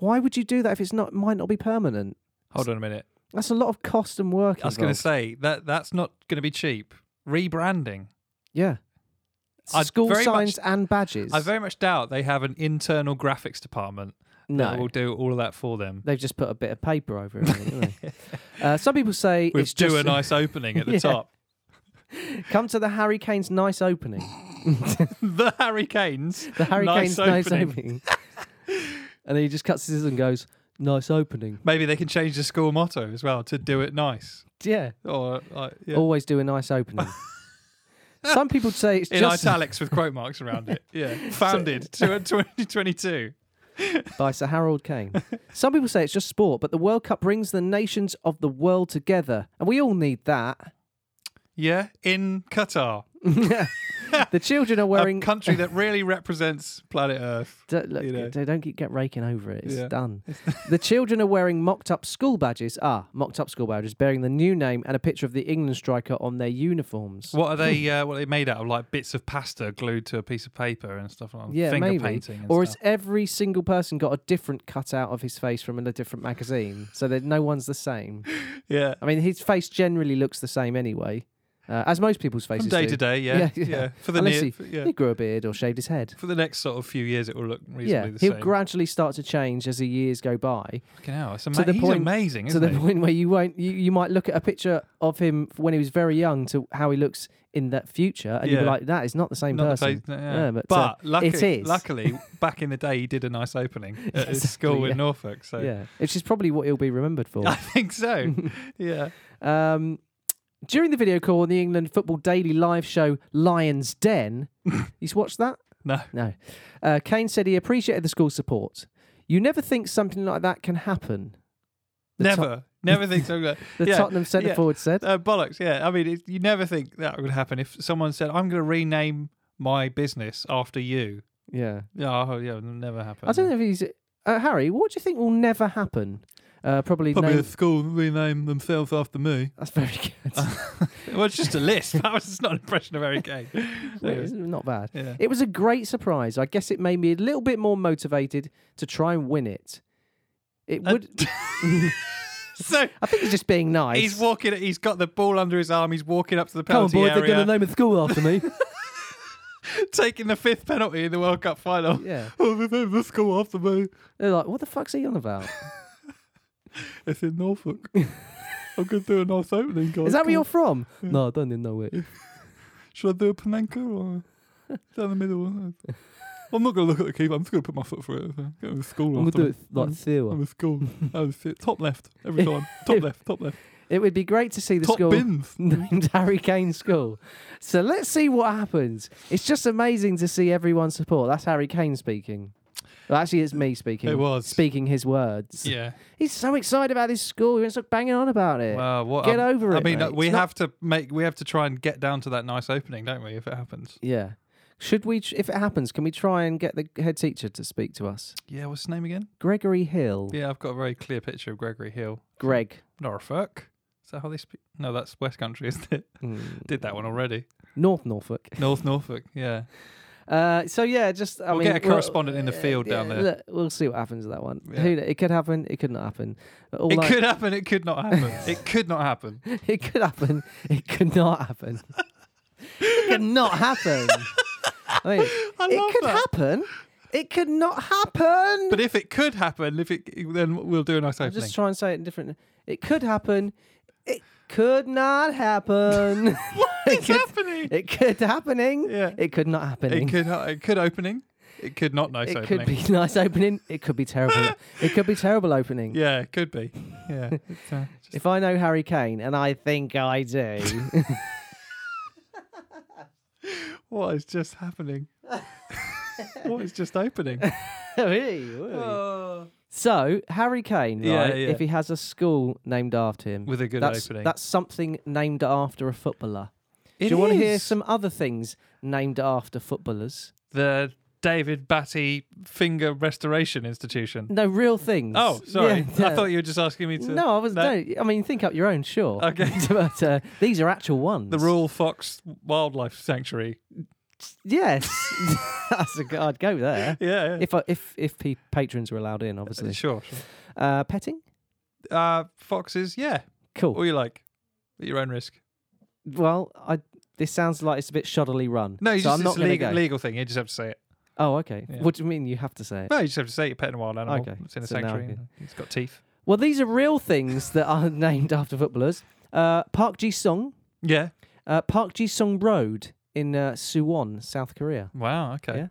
Speaker 2: Why would you do that if it's not might not be permanent?
Speaker 1: Hold on a minute.
Speaker 2: That's a lot of cost and work.
Speaker 1: I was going to
Speaker 2: involved.
Speaker 1: say that that's not going to be cheap. Rebranding.
Speaker 2: yeah.
Speaker 1: I'd
Speaker 2: school
Speaker 1: very much-
Speaker 2: signs and badges.
Speaker 1: I very much doubt they have an internal graphics department
Speaker 2: no,
Speaker 1: that will do all of that for them.
Speaker 2: they've just put a bit of paper over it. haven't they? uh, some people say
Speaker 1: With
Speaker 2: it's
Speaker 1: do
Speaker 2: just
Speaker 1: a nice opening at the
Speaker 2: Yeah.
Speaker 1: top.
Speaker 2: come to the Harry Kane's nice opening.
Speaker 1: the Harry Canes.
Speaker 2: The Harry
Speaker 1: Nice
Speaker 2: Kane's nice
Speaker 1: opening.
Speaker 2: opening. and then he just cuts his and goes, nice opening.
Speaker 1: Maybe they can change the school motto as well to "Do it nice"
Speaker 2: Yeah.
Speaker 1: or like, yeah.
Speaker 2: Always do a nice opening. Some people say it's
Speaker 1: in
Speaker 2: just
Speaker 1: italics with quote marks around it. Yeah, founded to 2022.
Speaker 2: by Sir Harold Kane. Some people say it's just sport, but the World Cup brings the nations of the world together. And we all need that.
Speaker 1: Yeah, in Qatar,
Speaker 2: the children are wearing.
Speaker 1: a country that really represents planet Earth.
Speaker 2: Don't, look,
Speaker 1: you know.
Speaker 2: they don't keep get raking over it. It's
Speaker 1: Yeah.
Speaker 2: done. the children are wearing mocked up school badges. Ah, mocked up school badges bearing the new name and a picture of the England striker on their uniforms.
Speaker 1: What are they? Uh, what are they made out of? Like bits of pasta glued to a piece of paper and stuff like
Speaker 2: Yeah,
Speaker 1: finger
Speaker 2: maybe.
Speaker 1: painting. And
Speaker 2: or
Speaker 1: stuff.
Speaker 2: has every single person got a different cutout of his face from a different magazine, so that no one's the same?
Speaker 1: yeah,
Speaker 2: I mean, his face generally looks the same anyway, uh, as most people's faces
Speaker 1: from day
Speaker 2: do.
Speaker 1: to day. Yeah, yeah. For the
Speaker 2: Unless
Speaker 1: near,
Speaker 2: he,
Speaker 1: for- yeah.
Speaker 2: he grew a beard or shaved his head.
Speaker 1: for the next sort of few years, it will look reasonably
Speaker 2: Yeah,
Speaker 1: the
Speaker 2: he'll
Speaker 1: same.
Speaker 2: gradually start to change as the years go by.
Speaker 1: Fucking hell, it's
Speaker 2: the
Speaker 1: ama- he's
Speaker 2: point-
Speaker 1: amazing,
Speaker 2: to
Speaker 1: isn't
Speaker 2: the
Speaker 1: he?
Speaker 2: point where you won't you, you might look at a picture of him when he was very young to how he looks in that future and you'll be
Speaker 1: Yeah.
Speaker 2: like that is not the same
Speaker 1: Not the
Speaker 2: person
Speaker 1: place- yeah.
Speaker 2: Yeah,
Speaker 1: but
Speaker 2: but, uh,
Speaker 1: lucky,
Speaker 2: it is.
Speaker 1: luckily, back in the day, he did a nice opening at his
Speaker 2: Exactly,
Speaker 1: school
Speaker 2: yeah.
Speaker 1: in Norfolk. So
Speaker 2: yeah Mm-hmm. which is probably what he'll be remembered for
Speaker 1: I think so. yeah.
Speaker 2: um during the video call on the england football daily live show lions den he's watched that
Speaker 1: No.
Speaker 2: no uh, kane said he appreciated the school's support you never think something like that can happen The
Speaker 1: never.
Speaker 2: Tot-
Speaker 1: never think so. That.
Speaker 2: the
Speaker 1: yeah.
Speaker 2: tottenham centre
Speaker 1: yeah.
Speaker 2: forward said
Speaker 1: Uh, bollocks. Yeah. I mean, it, you never think that would happen if someone said, I'm going to rename my business after you.
Speaker 2: yeah
Speaker 1: Yeah. Oh, yeah. it'll Never happen.
Speaker 2: i don't know if he's uh, harry what do you think will never happen uh, probably,
Speaker 1: Probably
Speaker 2: name-
Speaker 1: the school rename themselves after me.
Speaker 2: That's very good.
Speaker 1: Well, it's just a list. That was it's not an impression of Harry Kane.
Speaker 2: Well, it's not bad.
Speaker 1: Yeah.
Speaker 2: It was a great surprise. I guess it made me a little bit more motivated to try and win it. It
Speaker 1: Uh,
Speaker 2: would.
Speaker 1: so
Speaker 2: I think he's just being nice.
Speaker 1: He's walking. He's got the ball under his arm. He's walking up to the
Speaker 2: Come on,
Speaker 1: penalty
Speaker 2: boy! They're
Speaker 1: area,
Speaker 2: going to name the school after me.
Speaker 1: taking the fifth penalty in the World Cup final.
Speaker 2: yeah.
Speaker 1: Oh, they named the school after me.
Speaker 2: They're like, what the fuck's he on about?
Speaker 1: It's in Norfolk. I'm going to do a nice opening, guys.
Speaker 2: Is that
Speaker 1: Come
Speaker 2: where you're
Speaker 1: on.
Speaker 2: from? no, I don't even know it.
Speaker 1: Should I do a Panenka or down the middle? I'm not going to look at the keeper. I'm just going to put my foot through it. Go to the school.
Speaker 2: I'm going
Speaker 1: after
Speaker 2: to do
Speaker 1: me.
Speaker 2: it like
Speaker 1: I'm
Speaker 2: Theo.
Speaker 1: a school. Oh, shit. Top left every time. Top left. Top left.
Speaker 2: It would be great to see the
Speaker 1: top
Speaker 2: school
Speaker 1: bins.
Speaker 2: named Harry Kane School. So let's see what happens. It's just amazing to see everyone support. That's Harry Kane speaking. Well, actually, it's me speaking.
Speaker 1: It was.
Speaker 2: Speaking his words.
Speaker 1: Yeah.
Speaker 2: He's so excited about this school. He wants to banging on about it.
Speaker 1: Wow. What?
Speaker 2: Get
Speaker 1: um,
Speaker 2: over
Speaker 1: I
Speaker 2: it,
Speaker 1: mean,
Speaker 2: mate.
Speaker 1: uh, we
Speaker 2: It's not-
Speaker 1: have to make. We have to try and get down to that nice opening, don't we? If it happens.
Speaker 2: yeah. Should we, tr- if it happens, can we try and get the head teacher to speak to us?
Speaker 1: Yeah. What's his name again?
Speaker 2: Gregory Hill.
Speaker 1: Yeah, I've got a very clear picture of Gregory Hill.
Speaker 2: Greg.
Speaker 1: Norfolk. Is that how they speak? No, that's West Country, isn't it?
Speaker 2: Mm.
Speaker 1: Did that one already.
Speaker 2: North Norfolk.
Speaker 1: North Norfolk, yeah.
Speaker 2: Uh, so yeah, just I
Speaker 1: We'll
Speaker 2: mean,
Speaker 1: get a correspondent in the field
Speaker 2: yeah,
Speaker 1: down there.
Speaker 2: look, we'll see what happens with that one.
Speaker 1: Yeah.
Speaker 2: Who kn- it could happen. It could not happen. All
Speaker 1: it
Speaker 2: I-
Speaker 1: could happen, it could not happen. it could not happen.
Speaker 2: It could happen. It could not happen. It could not happen. I mean,
Speaker 1: love
Speaker 2: it could
Speaker 1: that.
Speaker 2: happen. It could not happen.
Speaker 1: But if it could happen, if it then we'll do a nice
Speaker 2: I'm
Speaker 1: opening.
Speaker 2: just trying to say it in different. It could happen. It could not happen. it,
Speaker 1: it's
Speaker 2: could,
Speaker 1: happening.
Speaker 2: it could happening.
Speaker 1: Yeah.
Speaker 2: It could not
Speaker 1: It
Speaker 2: happening.
Speaker 1: could ha- it could opening. It could not nice
Speaker 2: It
Speaker 1: opening.
Speaker 2: could be nice opening. It could be terrible. it could be terrible opening.
Speaker 1: Yeah, it could be. Yeah. It's, uh, just-
Speaker 2: If I know Harry Kane, and I think I do,
Speaker 1: what is just happening? what is just opening?
Speaker 2: Hey, hey. So Harry Kane, right?
Speaker 6: Yeah, yeah.
Speaker 2: If he has a school named after him,
Speaker 1: With a good
Speaker 2: that's,
Speaker 1: opening.
Speaker 2: that's something named after a footballer.
Speaker 1: It
Speaker 2: Do you want to hear
Speaker 1: is.
Speaker 2: some other things named after footballers?
Speaker 1: The David Batty Finger Restoration Institution.
Speaker 2: No, real things.
Speaker 1: Oh, sorry.
Speaker 2: Yeah, yeah.
Speaker 1: I thought you were just asking me to.
Speaker 2: No, I was no. I mean, think up your own, sure.
Speaker 1: Okay.
Speaker 2: but uh, these are actual ones.
Speaker 1: The Royal Fox Wildlife Sanctuary.
Speaker 2: Yes, that's a good. I'd go there.
Speaker 1: Yeah. yeah.
Speaker 2: If I, if if pe- patrons were allowed in, obviously.
Speaker 1: sure. sure.
Speaker 2: Uh, petting,
Speaker 1: Uh, foxes, yeah.
Speaker 2: cool.
Speaker 1: All you like. At your own risk.
Speaker 2: Well, I this sounds like it's a bit shoddily run.
Speaker 1: No, you
Speaker 2: so
Speaker 1: just,
Speaker 2: I'm not
Speaker 1: it's a
Speaker 2: gonna
Speaker 1: legal,
Speaker 2: go.
Speaker 1: legal thing. You just have to say it.
Speaker 2: Oh, okay.
Speaker 1: Yeah.
Speaker 2: What do you mean? You have to say it.
Speaker 1: No, you just have to say you're petting a wild animal.
Speaker 2: Okay,
Speaker 1: It's in a
Speaker 2: so now I
Speaker 1: sanctuary.
Speaker 2: can-
Speaker 1: and It's got teeth.
Speaker 2: Well, these are real things that are named after footballers. Uh, Park Ji Sung,
Speaker 1: Yeah.
Speaker 2: uh, Park Ji Sung Road in uh, Suwon, South Korea.
Speaker 1: Wow. Okay.
Speaker 2: Yeah,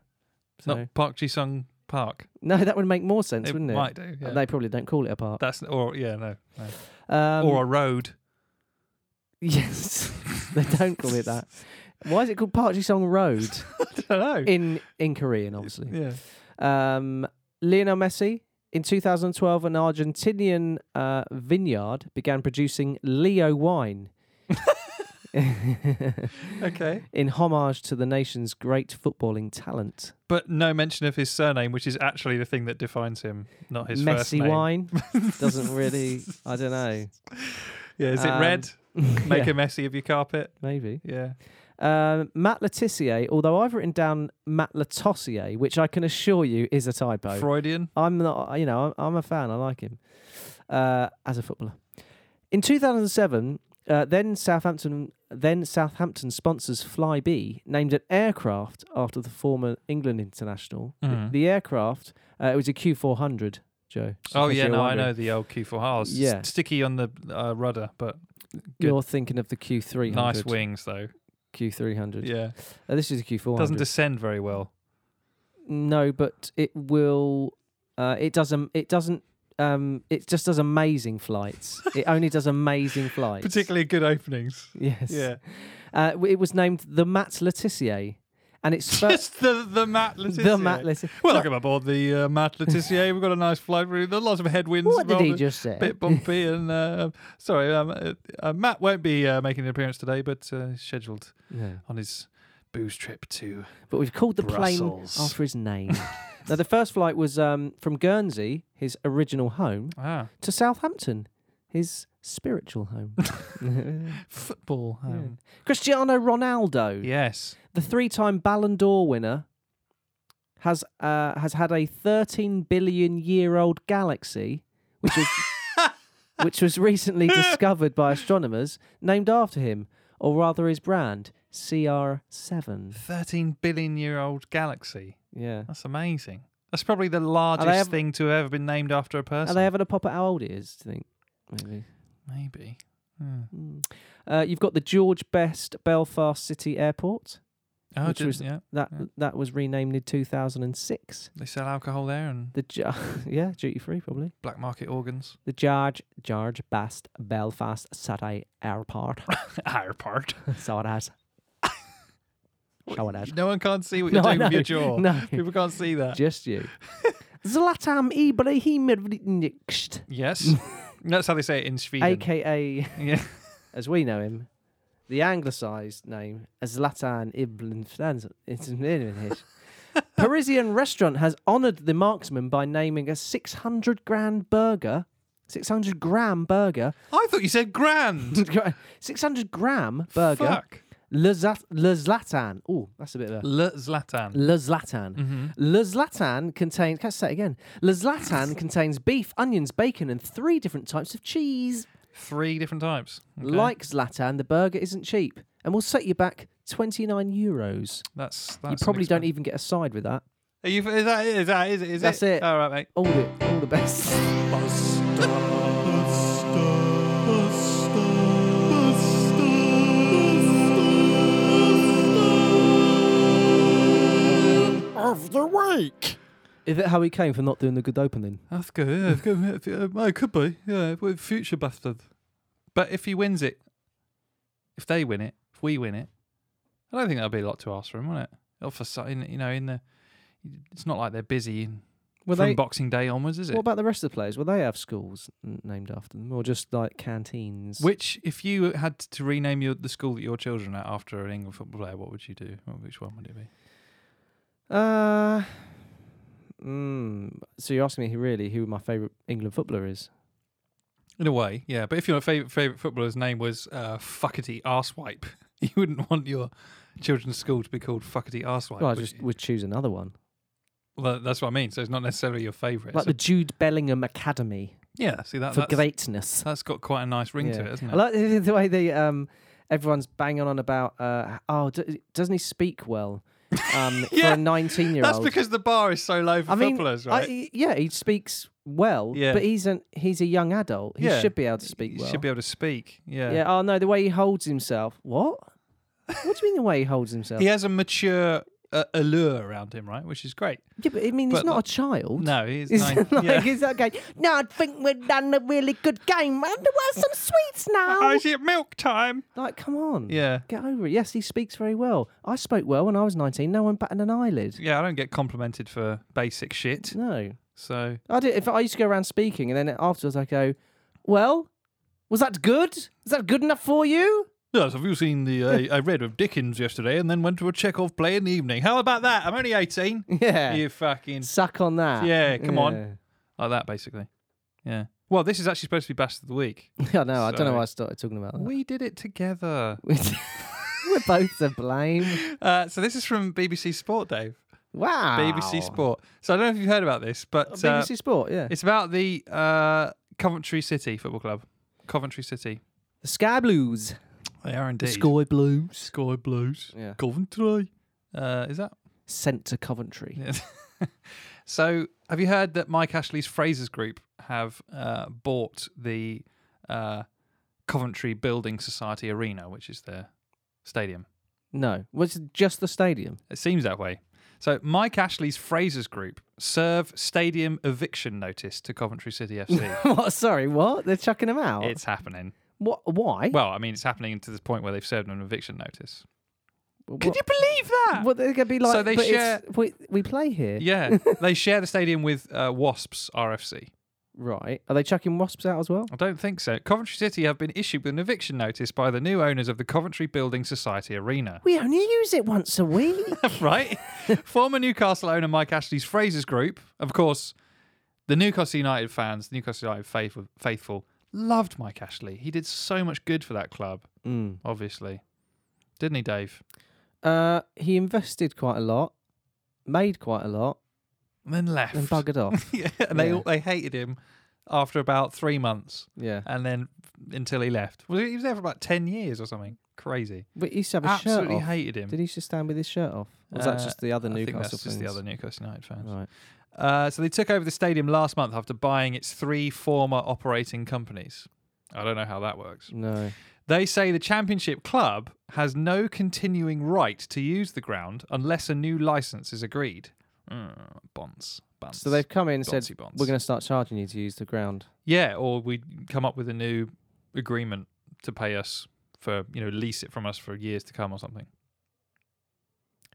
Speaker 1: It's
Speaker 2: So
Speaker 1: Not Park Ji Sung Park.
Speaker 2: no, that would make more sense,
Speaker 1: it
Speaker 2: wouldn't it?
Speaker 1: might do. yeah.
Speaker 2: They probably don't call it a park.
Speaker 1: That's or yeah no, no.
Speaker 2: Um,
Speaker 1: or a road.
Speaker 2: yes, they don't call it that. Why is it called Park Ji Sung Road
Speaker 1: I don't know.
Speaker 2: in in Korean? Obviously.
Speaker 1: yeah.
Speaker 2: Um, Lionel Messi in 2012, an Argentinian uh, vineyard began producing Leo wine.
Speaker 1: Okay.
Speaker 2: in homage to the nation's great footballing talent.
Speaker 1: But no mention of his surname, which is actually the thing that defines him, not his first
Speaker 2: Messy
Speaker 1: name.
Speaker 2: wine doesn't really. I don't know.
Speaker 1: Yeah. Is it
Speaker 2: Um,
Speaker 1: red? Make
Speaker 2: Yeah,
Speaker 1: a messy of your carpet.
Speaker 2: maybe.
Speaker 1: Yeah.
Speaker 2: Um, Matt Letissier, although I've written down Matt Letossier, which I can assure you is a typo.
Speaker 1: Freudian.
Speaker 2: I'm not. uh, You know, I'm, I'm a fan. I like him uh, as a footballer. In 2007, uh, then Southampton, then Southampton sponsors Flybe named an aircraft after the former England international. The-
Speaker 1: Mhm.
Speaker 2: The, aircraft uh, it was a Q400, Joe. just in
Speaker 1: Oh
Speaker 2: case
Speaker 1: yeah,
Speaker 2: you were
Speaker 1: no, I
Speaker 2: wondering.
Speaker 1: know the old Q4 It's
Speaker 2: Yeah.
Speaker 1: Sticky on the uh, rudder, but good.
Speaker 2: You're thinking of the Q300.
Speaker 1: nice wings though.
Speaker 2: Q300.
Speaker 1: Yeah.
Speaker 2: Uh, this is a Q400.
Speaker 1: Doesn't descend very well.
Speaker 2: No, but it will. Uh, it doesn't. It doesn't. Um, it just does amazing flights. it only does amazing flights.
Speaker 1: Particularly good openings.
Speaker 2: Yes.
Speaker 1: Yeah.
Speaker 2: Uh, w- it was named the Matt Letissier, and it's fir-
Speaker 1: Just the the Matt Letizia.
Speaker 2: the Matt Letissier.
Speaker 1: Well, welcome aboard the uh, Matt Letizia. We've got a nice flight. We've got lots of headwinds.
Speaker 2: what did he
Speaker 1: rather-
Speaker 2: just say?
Speaker 1: bit bumpy and uh, sorry um, uh, uh, matt won't be uh, making an appearance today but uh, he's scheduled
Speaker 2: No.
Speaker 1: on his booze trip to
Speaker 2: But we've called the
Speaker 1: Brussels.
Speaker 2: plane after his name. now, the first flight was um, from Guernsey, his original home,
Speaker 1: ah,
Speaker 2: to Southampton, his spiritual home.
Speaker 1: football um,
Speaker 2: Cristiano Ronaldo,
Speaker 1: yes
Speaker 2: the three-time Ballon d'Or winner, has uh, has had a 13 billion year old galaxy, which was which was recently discovered by astronomers, named after him, or rather his brand, CR7.
Speaker 1: 13 billion year old galaxy
Speaker 2: Yeah.
Speaker 1: that's amazing that's probably the largest
Speaker 2: have-
Speaker 1: thing to have ever been named after a
Speaker 2: Are
Speaker 1: person
Speaker 2: they having a pop at how old it is? Do you think? Maybe.
Speaker 1: maybe Hmm.
Speaker 2: Mm. Uh, you've got the George Best Belfast City Airport.
Speaker 1: oh
Speaker 2: Which
Speaker 1: did,
Speaker 2: was-
Speaker 1: yeah
Speaker 2: That
Speaker 1: Yeah.
Speaker 2: that was renamed in 2006.
Speaker 1: they sell alcohol there and
Speaker 2: The Ju- yeah duty free probably.
Speaker 1: black market organs
Speaker 2: The George George Best Belfast City Airport.
Speaker 1: airport
Speaker 2: so it has. so it has.
Speaker 1: no one can't see what you're
Speaker 2: No, I
Speaker 1: doing with your
Speaker 2: know.
Speaker 1: jaw
Speaker 2: No.
Speaker 1: people can't see that
Speaker 2: Just you. Zlatan Ibrahimovic,
Speaker 1: yes that's how they say it in sweden
Speaker 2: aka
Speaker 1: yeah
Speaker 2: as we know him, the anglicised name Zlatan Ibrahimovic. Parisian restaurant has honoured the marksman by naming a 600 grand burger, 600 gram burger,
Speaker 1: i thought you said grand
Speaker 2: 600 gram burger,
Speaker 1: Fuck.
Speaker 2: Le, Zat- Le Zlatan. Oh, that's a bit of a.
Speaker 1: Le Zlatan.
Speaker 2: Le Zlatan.
Speaker 1: Mm-hmm.
Speaker 2: Le Zlatan contains. Can I say it again? Le Zlatan contains beef, onions, bacon, and three different types of cheese.
Speaker 1: Three different types. Okay.
Speaker 2: Like Zlatan, the burger isn't cheap and will set you back 29 euros.
Speaker 1: that's,
Speaker 2: You
Speaker 1: that's an
Speaker 2: probably don't
Speaker 1: expen-
Speaker 2: even get a side with that.
Speaker 1: Are you, is that it? Is that is it? Is
Speaker 2: That's it.
Speaker 1: All right, mate.
Speaker 2: All the, all the best. Is that how he came for not doing the good opening?
Speaker 1: That's good. Yeah, it's good. If you- uh, it could be. Yeah, we're future bastard. But if he wins it, if they win it, if we win it, I don't think that'll be a lot to ask for him, will it? Or for so- in- you know, in the, it's not like they're busy and
Speaker 2: Were
Speaker 1: from
Speaker 2: they?
Speaker 1: Boxing Day onwards, is it?
Speaker 2: What about the rest of the players? Will they have schools n- named after them, or just like canteens?
Speaker 1: Which, if you had to rename your, the school that your children at after an England football player, what would you do? Well, which one would it be?
Speaker 2: Uh, mm, so you're asking me who- really who my favourite England footballer is?
Speaker 1: In a way, yeah. But if your favorite favorite footballer's name was uh, Fuckety Arsewipe, you wouldn't want your children's school to be called Fuckety Arsewipe.
Speaker 2: Well, I
Speaker 1: would
Speaker 2: just
Speaker 1: you?
Speaker 2: would choose another one,
Speaker 1: Well, tha- that's what I mean. So it's not necessarily your favorite.
Speaker 2: like the Jude Bellingham Academy
Speaker 1: yeah, see that
Speaker 2: for
Speaker 1: Uh, that's,
Speaker 2: greatness.
Speaker 1: that's got quite a nice ring to
Speaker 2: Yeah.
Speaker 1: it, hasn't it?
Speaker 2: I like the, the way the um everyone's banging on about uh oh d- doesn't he speak well um for
Speaker 1: Yeah.
Speaker 2: a 19 year
Speaker 1: that's
Speaker 2: old.
Speaker 1: because the bar is so low for
Speaker 2: I mean,
Speaker 1: footballers,
Speaker 2: I-
Speaker 1: right?
Speaker 2: yeah, he speaks well,
Speaker 1: Yeah.
Speaker 2: but he's an he's a young adult. He
Speaker 1: Yeah.
Speaker 2: should be able to speak
Speaker 1: you
Speaker 2: well.
Speaker 1: should be able to speak. Yeah.
Speaker 2: yeah. Oh no, the way he holds himself. What? What do you mean the way he holds himself?
Speaker 1: He has a mature uh, allure around him, right? Which is great.
Speaker 2: Yeah, but I mean, he's
Speaker 1: But
Speaker 2: not
Speaker 1: like-
Speaker 2: a child.
Speaker 1: No, he's
Speaker 2: Is
Speaker 1: nine.
Speaker 2: it like,
Speaker 1: yeah.
Speaker 2: is that going, no, I think we've done a really good game. I want some sweets
Speaker 1: Oh,
Speaker 2: now.
Speaker 1: is it milk time?
Speaker 2: like, come on.
Speaker 1: Yeah.
Speaker 2: Get over it. Yes, he speaks very well. I spoke well when I was 19. No one batted an eyelid.
Speaker 1: Yeah, I don't get complimented for basic shit.
Speaker 2: No.
Speaker 1: So
Speaker 2: I did, if I used to go around speaking and then afterwards I go, well, was that good? Is that good enough for you?
Speaker 1: Yes, have you seen the? Uh, I read of Dickens yesterday, and then went to a Chekhov play in the evening. How about that? I'm only eighteen.
Speaker 2: Yeah.
Speaker 1: You fucking
Speaker 2: Suck on that.
Speaker 1: Yeah, come on.
Speaker 2: Yeah.
Speaker 1: like that, basically. Yeah. Well, this is actually supposed to be best of the week.
Speaker 2: I know. I don't know
Speaker 1: So-
Speaker 2: why I started talking about that.
Speaker 1: We did it together.
Speaker 2: We're both to blame.
Speaker 1: Uh, so this is from BBC Sport, Dave.
Speaker 2: Wow.
Speaker 1: BBC Sport. So I don't know if you've heard about this, but uh,
Speaker 2: BBC Sport, yeah.
Speaker 1: it's about the uh, Coventry City Football Club. Coventry City.
Speaker 2: The Sky Blues.
Speaker 1: They are indeed.
Speaker 2: The Sky Blues.
Speaker 1: Sky Blues.
Speaker 2: Yeah.
Speaker 1: Coventry. Uh, is that
Speaker 2: Sent to Coventry.
Speaker 1: Yes. so, have you heard that Mike Ashley's Fraser's Group have uh, bought the uh, Coventry Building Society Arena, which is their stadium?
Speaker 2: No, was it just the stadium?
Speaker 1: It seems that way. So, Mike Ashley's Fraser's Group serve stadium eviction notice to Coventry City FC.
Speaker 2: what? Sorry, what? They're chucking them out.
Speaker 1: it's happening.
Speaker 2: what? Why?
Speaker 1: Well, I mean, it's happening to this point where they've served an eviction notice.
Speaker 2: What-
Speaker 1: Could you believe that?
Speaker 2: What they're gonna be like?
Speaker 1: So they
Speaker 2: but
Speaker 1: share-
Speaker 2: it's- We, we play here,
Speaker 1: Yeah, they share the stadium with uh, Wasps RFC.
Speaker 2: right? Are they chucking wasps out as well?
Speaker 1: I don't think so. Coventry City have been issued with an eviction notice by the new owners of the Coventry Building Society Arena.
Speaker 2: We only use it once a week.
Speaker 1: right? Former Newcastle owner Mike Ashley's Fraser's Group, of course, the Newcastle United fans, the Newcastle United faithful, faithful loved Mike Ashley. He did so much good for that club,
Speaker 2: Mm.
Speaker 1: obviously. Didn't he, Dave?
Speaker 2: Uh, he invested quite a lot, made quite a lot,
Speaker 1: And then left.
Speaker 2: and buggered off.
Speaker 1: yeah, and they
Speaker 2: Yeah.
Speaker 1: all they hated him after about three months
Speaker 2: Yeah,
Speaker 1: and then until he left. Well, he was there for about 10 years or something. Crazy.
Speaker 2: but he used to have a
Speaker 1: Absolutely
Speaker 2: shirt off.
Speaker 1: hated him.
Speaker 2: Did he used to stand with his shirt off? Or was that
Speaker 1: Uh,
Speaker 2: just the other
Speaker 1: I
Speaker 2: Newcastle
Speaker 1: think that's just the
Speaker 2: fans?
Speaker 1: other Newcastle United fans.
Speaker 2: Right.
Speaker 1: Uh, so they took over the stadium last month after buying its three former operating companies. I don't know how that works.
Speaker 2: No.
Speaker 1: They say the Championship club has no continuing right to use the ground unless a new license is agreed. Mm, bonds, bonds.
Speaker 2: So they've come in and said
Speaker 1: Boncy bonds.
Speaker 2: we're going to start charging you to use the ground.
Speaker 1: yeah, or we come up with a new agreement to pay us for you know lease it from us for years to come or something.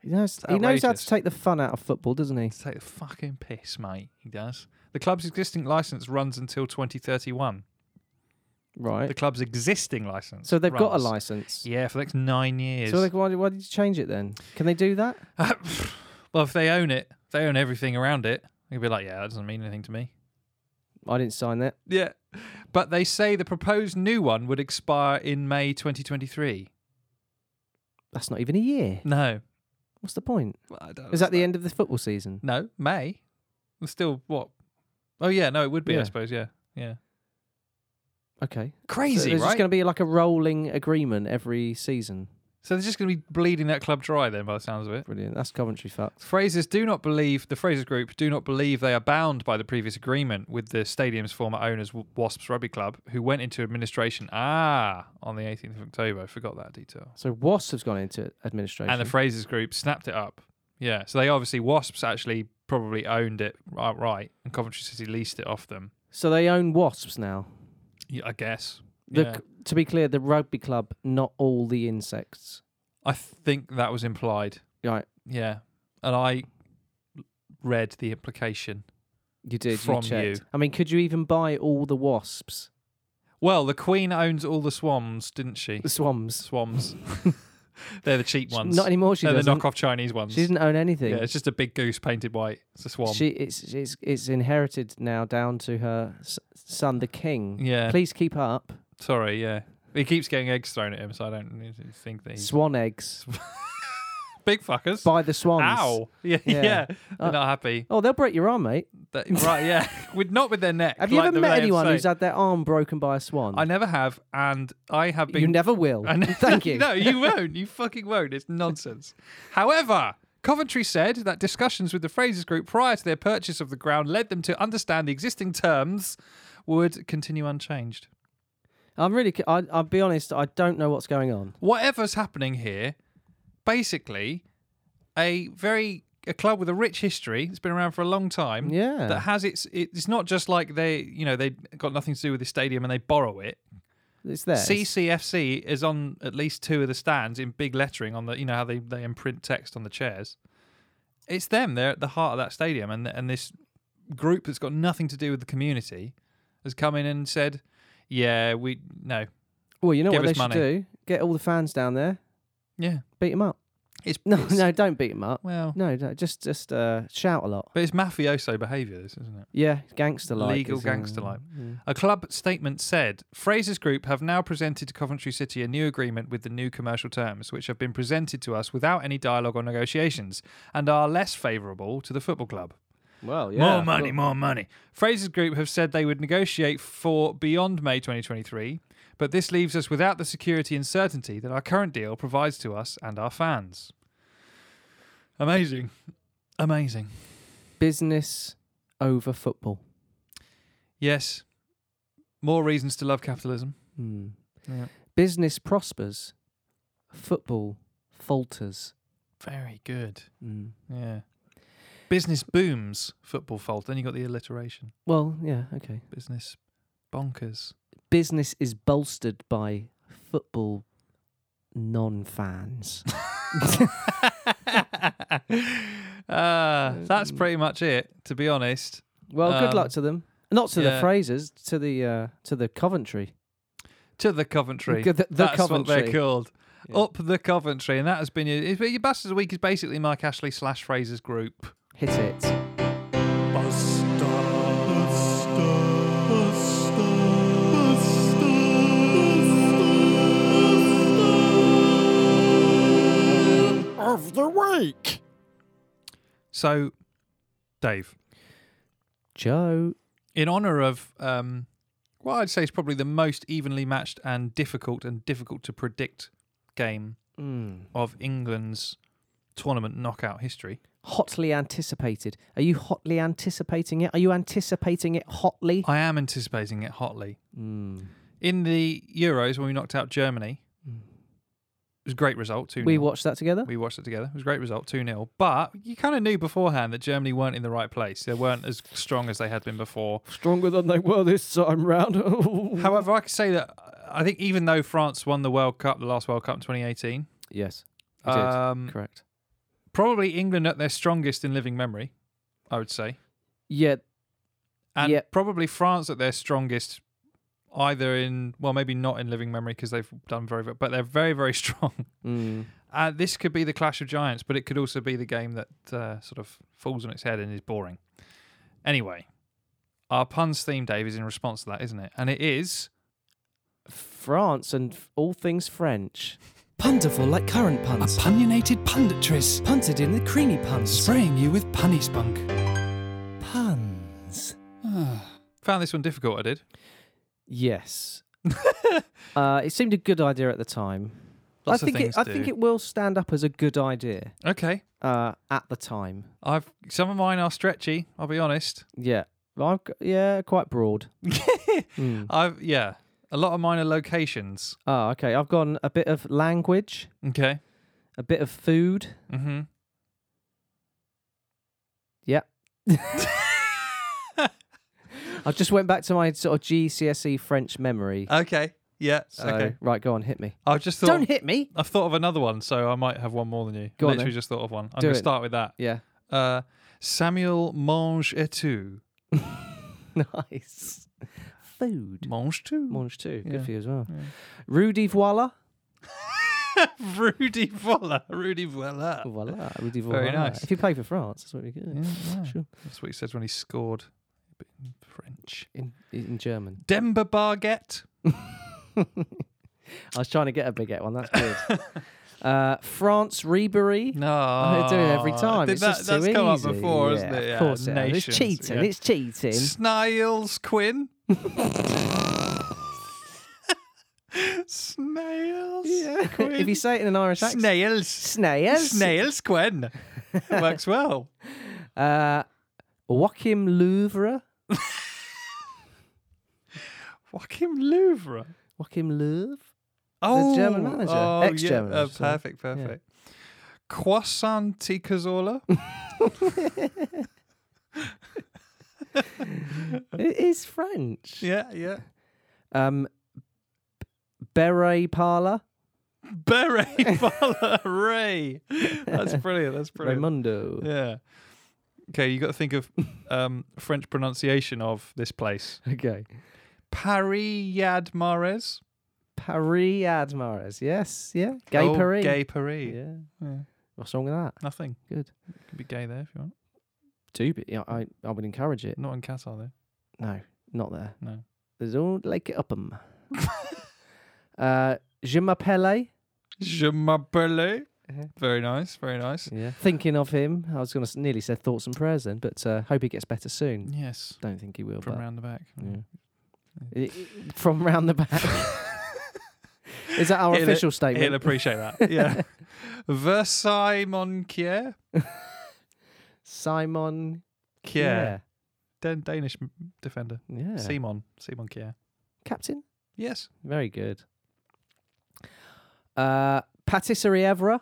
Speaker 2: He knows, he knows how
Speaker 1: outrageous.
Speaker 2: to take the fun out of football, doesn't he?
Speaker 1: To take the fucking piss, mate. He does. The club's existing license runs until 2031. The
Speaker 2: Right.
Speaker 1: club's existing license.
Speaker 2: So they've got a
Speaker 1: runs-
Speaker 2: license.
Speaker 1: Yeah, for the next nine years.
Speaker 2: So like, why, why did you change it then? Can they do that?
Speaker 1: well, if they own it, if they own everything around it. They'd be like, yeah, that doesn't mean anything to me.
Speaker 2: I didn't sign that.
Speaker 1: Yeah. But they say the proposed new one would expire in May 2023.
Speaker 2: That's not even a year.
Speaker 1: No.
Speaker 2: What's the point?
Speaker 1: Well, I don't
Speaker 2: Is that the end of the football season?
Speaker 1: No, May. It's still what? Oh, yeah, no, it would be, I
Speaker 2: Yeah.
Speaker 1: suppose, yeah. Yeah.
Speaker 2: Okay. So
Speaker 1: Crazy,
Speaker 2: there's
Speaker 1: right?
Speaker 2: just going to be like a rolling agreement every season.
Speaker 1: So they're just going to be bleeding that club dry then, by the sounds of it.
Speaker 2: Brilliant. That's Coventry fucked.
Speaker 1: Frasers do not believe, the Frasers Group do not believe they are bound by the previous agreement with the stadium's former owners, W- Wasps Rugby Club, who went into administration, ah, on the 18th of October. I forgot that detail.
Speaker 2: So Wasps has gone into administration.
Speaker 1: And the Frasers Group snapped it up. Yeah, so they obviously, Wasps actually probably owned it outright, and Coventry City leased it off them,
Speaker 2: so they own Wasps now.
Speaker 1: Yeah, I guess.
Speaker 2: The,
Speaker 1: Yeah.
Speaker 2: To be clear, the rugby club, not all the insects.
Speaker 1: I think that was implied.
Speaker 2: Right.
Speaker 1: Yeah. And I read the implication
Speaker 2: You did.
Speaker 1: From
Speaker 2: you checked.
Speaker 1: you.
Speaker 2: I mean, could you even buy all the wasps,
Speaker 1: Well, the Queen owns all the swans, didn't she?
Speaker 2: the swans?
Speaker 1: Swans. They're the cheap ones.
Speaker 2: Not anymore. She
Speaker 1: They're the
Speaker 2: doesn't.
Speaker 1: knockoff Chinese ones.
Speaker 2: She doesn't own anything.
Speaker 1: yeah, it's just a big goose painted white. It's a swan.
Speaker 2: She it's it's it's inherited now down to her s- son, the king.
Speaker 1: yeah.
Speaker 2: Please keep up.
Speaker 1: Sorry, yeah. He keeps getting eggs thrown at him, so I don't need to think that he's
Speaker 2: Swan eggs.
Speaker 1: big fuckers.
Speaker 2: Buy the swans.
Speaker 1: Ow! Yeah,
Speaker 2: Yeah.
Speaker 1: yeah. They're
Speaker 2: Uh,
Speaker 1: not happy.
Speaker 2: Oh, they'll break your arm, mate.
Speaker 1: That- right? Yeah, with not with their neck.
Speaker 2: Have you
Speaker 1: like
Speaker 2: ever
Speaker 1: the
Speaker 2: met
Speaker 1: way of
Speaker 2: anyone who's
Speaker 1: saying-
Speaker 2: had their arm broken by a swan?
Speaker 1: I never have, and I have been.
Speaker 2: You never will.
Speaker 1: I know-
Speaker 2: Thank you.
Speaker 1: no, you won't. You fucking won't. It's nonsense. However, Coventry said that discussions with the Frasers Group prior to their purchase of the ground led them to understand the existing terms would continue unchanged.
Speaker 2: I'm really. c- I, I'll be honest. I don't know what's going on.
Speaker 1: whatever's happening here, basically, a very a club with a rich history that's been around for a long time.
Speaker 2: Yeah.
Speaker 1: That has its. It's not just like they, you know, they got nothing to do with the stadium and they borrow it.
Speaker 2: It's there. It's-
Speaker 1: CCFC is on at least two of the stands in big lettering on the, you know, how they they imprint text on the chairs. It's them. They're at the heart of that stadium, and and this group that's got nothing to do with the community has come in and said, "Yeah, we no,
Speaker 2: well, you know
Speaker 1: Give
Speaker 2: what they
Speaker 1: us
Speaker 2: should
Speaker 1: money.
Speaker 2: do? Get all the fans down there.
Speaker 1: yeah,
Speaker 2: Beat them up.
Speaker 1: it's
Speaker 2: No,
Speaker 1: it's-
Speaker 2: no, don't beat them up.
Speaker 1: well,
Speaker 2: No, no just just uh, shout a lot.
Speaker 1: But it's mafioso behaviour, this, isn't it?
Speaker 2: Yeah, gangster like.
Speaker 1: Legal
Speaker 2: is, uh,
Speaker 1: gangster like.
Speaker 2: yeah.
Speaker 1: A club statement said Fraser's Group have now presented to Coventry City a new agreement with the new commercial terms, which have been presented to us without any dialogue or negotiations and are less favourable to the football club.
Speaker 2: Well, yeah.
Speaker 1: more money, more money. Fraser's Group have said they would negotiate for beyond May 2023, but this leaves us without the security and certainty that our current deal provides to us and our fans. Amazing. Amazing.
Speaker 2: Business over football.
Speaker 1: Yes. More reasons to love capitalism.
Speaker 2: Hmm.
Speaker 1: Yeah.
Speaker 2: Business prospers. Football falters.
Speaker 1: Very good.
Speaker 2: Mm.
Speaker 1: Yeah. Business booms, football fault. Then you got the alliteration.
Speaker 2: Well, yeah, okay.
Speaker 1: Business bonkers.
Speaker 2: Business is bolstered by football non-fans.
Speaker 1: Ah, that's pretty much it, to be honest.
Speaker 2: well, good luck
Speaker 1: Um,
Speaker 2: to them. Not to
Speaker 1: yeah.
Speaker 2: the Frasers, to the uh, to the Coventry.
Speaker 1: To the Coventry.
Speaker 2: The- the
Speaker 1: that's what
Speaker 2: Coventry.
Speaker 1: they're called.
Speaker 2: Yeah.
Speaker 1: Up the Coventry. And that has been your, it's been your Bastards of the Week is basically Mike Ashley slash Fraser's group.
Speaker 2: Hit it.
Speaker 1: So, Dave,
Speaker 2: Joe.
Speaker 1: in honor of um, what I'd say is probably the most evenly matched and difficult and difficult to predict game
Speaker 2: Mm.
Speaker 1: of England's tournament knockout history.
Speaker 2: Hotly anticipated. Are you hotly anticipating it? Are you anticipating it hotly?
Speaker 1: I am anticipating it hotly.
Speaker 2: Mm.
Speaker 1: In the Euros, when we knocked out Germany,
Speaker 2: Mm.
Speaker 1: it was a great result. 2
Speaker 2: We watched that together.
Speaker 1: we watched it together. It was a great result, 2 0. But you kind of knew beforehand that Germany weren't in the right place. They weren't as strong as they had been before.
Speaker 2: Stronger than they were this time round.
Speaker 1: However, I could say that I think even though France won the World Cup, the last World Cup in 2018,
Speaker 2: yes, It did.
Speaker 1: um,
Speaker 2: correct.
Speaker 1: probably England at their strongest in living memory, I would say.
Speaker 2: Yeah,
Speaker 1: And
Speaker 2: Yep.
Speaker 1: probably France at their strongest, either in, well, maybe not in living memory because they've done very, but they're very, very strong.
Speaker 2: Mm.
Speaker 1: Uh, this could be the clash of giants, but it could also be the game that uh, sort of falls on its head and is boring. Anyway, our puns theme, Dave, is in response to that, isn't it? And it is.
Speaker 2: France and f- all things French.
Speaker 7: Punderful like current
Speaker 3: A
Speaker 7: puns.
Speaker 3: punionated punditris
Speaker 7: Punted in the creamy puns.
Speaker 3: spraying you with punny spunk. Ah.
Speaker 7: Puns.
Speaker 1: Found this one difficult, I did.
Speaker 2: Yes. uh, it seemed a good idea at the time.
Speaker 1: Lots
Speaker 2: I
Speaker 1: of
Speaker 2: think
Speaker 1: things
Speaker 2: it, I
Speaker 1: do.
Speaker 2: think it will stand up as a good idea
Speaker 1: Okay.
Speaker 2: uh, at the time.
Speaker 1: I've some of mine are stretchy, I'll be honest.
Speaker 2: Yeah. I've got, yeah, quite broad. Mm.
Speaker 1: I've yeah. A lot of mine are locations.
Speaker 2: Oh, okay. I've gone a bit of language,
Speaker 1: Okay.
Speaker 2: a bit of food.
Speaker 1: Mm-hmm.
Speaker 2: I just went back to my sort of GCSE E French memory.
Speaker 1: Okay. Yeah.
Speaker 2: So,
Speaker 1: Uh, Okay.
Speaker 2: right, go on, hit me.
Speaker 1: I've just thought
Speaker 2: Don't hit me.
Speaker 1: I've thought of another one, so I might have one more than you.
Speaker 2: Go on
Speaker 1: Literally
Speaker 2: then.
Speaker 1: just thought of one. I'm
Speaker 2: Do
Speaker 1: gonna
Speaker 2: it.
Speaker 1: start with that.
Speaker 2: Yeah.
Speaker 1: Uh Samuel Mange et tu.
Speaker 2: nice. Food.
Speaker 1: Mange too.
Speaker 2: Monge too. Good
Speaker 6: Yeah.
Speaker 2: for you as well. Rudy Voila.
Speaker 1: Rudy Voller. Rudy Voller.
Speaker 2: Voila. Rudy Voila.
Speaker 1: Uh, Very nice.
Speaker 2: If you play for France, that's what you get. Sure.
Speaker 1: That's what he says when he scored. But in French.
Speaker 2: In, in German.
Speaker 1: Denver Barget.
Speaker 2: I was trying to get a baguette one. That's good. uh, France Rebury.
Speaker 1: No.
Speaker 2: I do it every time.
Speaker 1: Ah, Did
Speaker 2: it's
Speaker 1: that,
Speaker 2: just
Speaker 1: that's
Speaker 2: too
Speaker 1: come
Speaker 2: easy.
Speaker 1: up before,
Speaker 2: yeah,
Speaker 1: isn't it?
Speaker 2: Of course it has.
Speaker 1: Nations,
Speaker 2: It's cheating.
Speaker 1: yeah.
Speaker 2: It's cheating.
Speaker 1: Snails Quinn. Snails Quinn.
Speaker 2: if you say it in an Irish accent.
Speaker 1: Snails.
Speaker 2: Snails.
Speaker 1: Snails Quinn. Works well.
Speaker 2: Uh, Joachim Louvre.
Speaker 1: Joachim Louvre.
Speaker 2: Joachim Louvre.
Speaker 1: Oh,
Speaker 2: German manager.
Speaker 1: Oh,
Speaker 2: Ex-German
Speaker 1: Yeah, uh,
Speaker 2: manager.
Speaker 1: perfect, perfect. Croissant Ticazola.
Speaker 2: It is French.
Speaker 1: yeah, yeah.
Speaker 2: Um, Beret Parla.
Speaker 1: Beret Ray. That's brilliant. That's brilliant.
Speaker 2: Raimundo.
Speaker 1: Yeah. Okay, you got to think of um, French pronunciation of this place.
Speaker 2: Okay.
Speaker 1: Paris Yad Mares.
Speaker 2: Paris Admares. Yes. Yeah. Gay
Speaker 1: Oh,
Speaker 2: Paris.
Speaker 1: Gay Paris.
Speaker 2: Yeah.
Speaker 1: Yeah.
Speaker 2: What's wrong with that?
Speaker 1: Nothing.
Speaker 2: Good.
Speaker 1: You can be gay there if you want.
Speaker 2: Do be. Yeah, I, I would encourage it.
Speaker 1: Not in Qatar though.
Speaker 2: No, not there.
Speaker 1: No.
Speaker 2: There's all like it up 'em. uh, je m'appelle.
Speaker 1: Je m'appelle.
Speaker 2: Uh-huh.
Speaker 1: Very nice. Very nice.
Speaker 2: Yeah. Thinking of him. I was going to nearly say thoughts and prayers then, but uh, hope he gets better soon.
Speaker 1: Yes.
Speaker 2: Don't think he will.
Speaker 1: From
Speaker 2: but,
Speaker 1: round the back.
Speaker 2: yeah. I- i- From round the back. Is that our
Speaker 1: He'll-
Speaker 2: official
Speaker 1: He'll
Speaker 2: statement?
Speaker 1: appreciate that. Yeah. Versailles Monquier.
Speaker 2: Simon.
Speaker 1: Kier. Dan- Danish m- defender.
Speaker 2: Yeah. Yeah.
Speaker 1: Simon. Simon Kier.
Speaker 2: Captain.
Speaker 1: Yes.
Speaker 2: Very good. Uh, Patisserie Evra.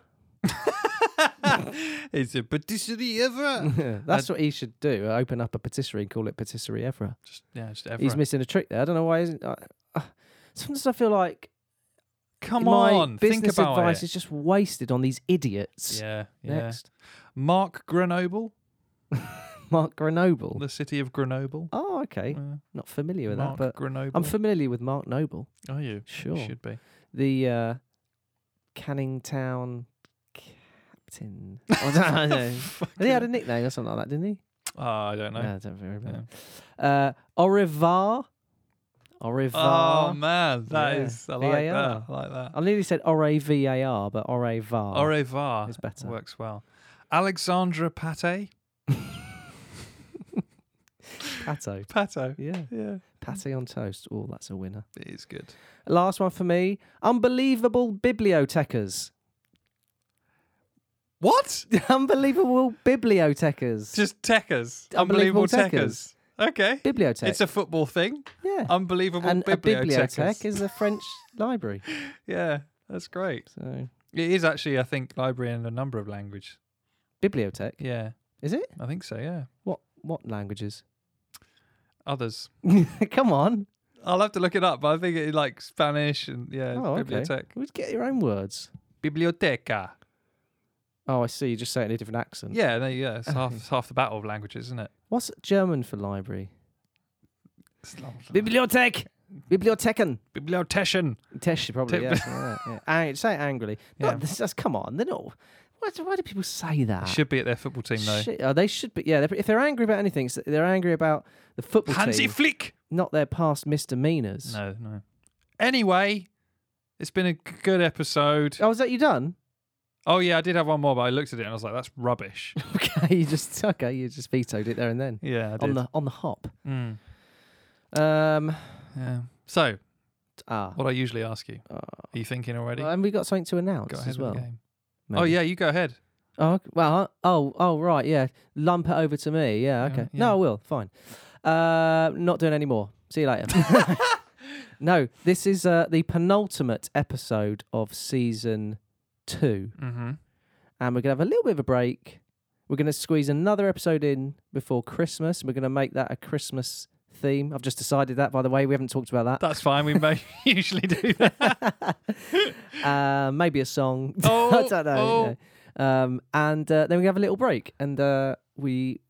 Speaker 1: it's a patisserie ever.
Speaker 2: That's what he should do. uh, Open up a patisserie and call it Patisserie Evra.
Speaker 1: just, yeah, just ever.
Speaker 2: He's missing a trick there. I don't know why. Isn't uh, uh, sometimes I feel like
Speaker 1: Come
Speaker 2: my
Speaker 1: on. Think
Speaker 2: business
Speaker 1: about
Speaker 2: advice
Speaker 1: it.
Speaker 2: is just wasted on these idiots.
Speaker 1: yeah. Yeah.
Speaker 2: Next,
Speaker 1: Mark Grenoble.
Speaker 2: Mark Grenoble.
Speaker 1: The city of Grenoble.
Speaker 2: oh, okay.
Speaker 1: Yeah.
Speaker 2: Not familiar with
Speaker 1: uh, Mark
Speaker 2: that, but
Speaker 1: Grenoble.
Speaker 2: I'm familiar with Mark Noble.
Speaker 1: Are you?
Speaker 2: Sure.
Speaker 1: You should be.
Speaker 2: The uh, Canning Town captain. I don't- I don't know. he had a nickname or something like that, didn't he?
Speaker 1: Oh, I don't know.
Speaker 2: No, I don't remember. Uh, au revoir. Au revoir.
Speaker 1: Oh man, that
Speaker 2: Yeah.
Speaker 1: is I like that.
Speaker 2: VAR.
Speaker 1: I like that.
Speaker 2: I nearly said au revoir, but au revoir.
Speaker 1: Au revoir
Speaker 2: is better.
Speaker 1: works well. Alexandra Pate.
Speaker 2: Pato.
Speaker 1: Pato.
Speaker 2: Yeah.
Speaker 1: Yeah,
Speaker 2: Patty on toast. Oh, that's a winner.
Speaker 1: it is good.
Speaker 2: Last one for me. Unbelievable bibliotecars.
Speaker 1: What?
Speaker 2: Unbelievable bibliotecars.
Speaker 1: Just techers.
Speaker 2: Unbelievable
Speaker 1: Unbelievable techers. Okay.
Speaker 2: bibliotech.
Speaker 1: It's a football thing.
Speaker 2: yeah.
Speaker 1: Unbelievable
Speaker 2: and a bibliotech
Speaker 1: bibliotecas.
Speaker 2: is a French library.
Speaker 1: Yeah, that's great.
Speaker 2: So
Speaker 1: It is actually, I think, library in a number of languages.
Speaker 2: bibliotech
Speaker 1: Yeah,
Speaker 2: is it?
Speaker 1: I think so. Yeah,
Speaker 2: What what languages?
Speaker 1: others.
Speaker 2: Come on.
Speaker 1: I'll have to look it up, but I think it like Spanish and yeah,
Speaker 2: oh, okay.
Speaker 1: bibliotech.
Speaker 2: We'd get your own words.
Speaker 1: Biblioteca.
Speaker 2: Oh, I see. You just say it in a different accent.
Speaker 1: Yeah, there you go. It's half it's half the battle of languages, isn't it?
Speaker 2: What's German for library?
Speaker 1: It's not-
Speaker 2: Bibliothek. Bibliotheken.
Speaker 1: Bibliothecian.
Speaker 2: Tesh, probably.
Speaker 1: Te-
Speaker 2: yeah, something like that, yeah. Ang- say it angrily.
Speaker 1: Yeah.
Speaker 2: Not this, that's, come on. They're not. Why do, why do people say that?
Speaker 1: Should be at their football team though.
Speaker 2: Ah. Shit, oh, they should be. Yeah, they're, if they're angry about anything, it's that they're angry about the football
Speaker 1: Hansi
Speaker 2: team,
Speaker 1: Flick.
Speaker 2: not their past misdemeanors.
Speaker 1: No, no. Anyway, it's been a g- good episode.
Speaker 2: Oh, is that you done?
Speaker 1: Oh yeah, I did have one more, but I looked at it and I was like, that's rubbish.
Speaker 2: Okay, you just okay, you just vetoed it there and then
Speaker 1: yeah, I did.
Speaker 2: on the on the hop.
Speaker 1: Mm,
Speaker 2: Um,
Speaker 1: yeah. So,
Speaker 2: ah,
Speaker 1: what I usually ask you,
Speaker 2: uh,
Speaker 1: are you thinking already?
Speaker 2: and we got something to announce
Speaker 1: Go ahead
Speaker 2: as
Speaker 1: with
Speaker 2: well.
Speaker 1: the game.
Speaker 2: maybe.
Speaker 1: Oh yeah, you go ahead.
Speaker 2: Oh ok- well. Oh oh right. Yeah. Lump it over to me. Yeah.
Speaker 1: Yeah,
Speaker 2: Okay.
Speaker 1: yeah.
Speaker 2: No, I will. Fine. Uh, not doing any more. See you later. no, this is uh, the penultimate episode of season two,
Speaker 1: Mm-hmm.
Speaker 2: and we're gonna have a little bit of a break. We're gonna squeeze another episode in before Christmas. We're gonna make that a Christmas theme. I've just decided that. By the way, we haven't talked about
Speaker 1: That's fine. We may usually do that.
Speaker 2: that. uh, maybe a song. I
Speaker 1: Oh,
Speaker 2: don't know.
Speaker 1: oh.
Speaker 2: you know. Um, and uh, then we have a little break, and uh, we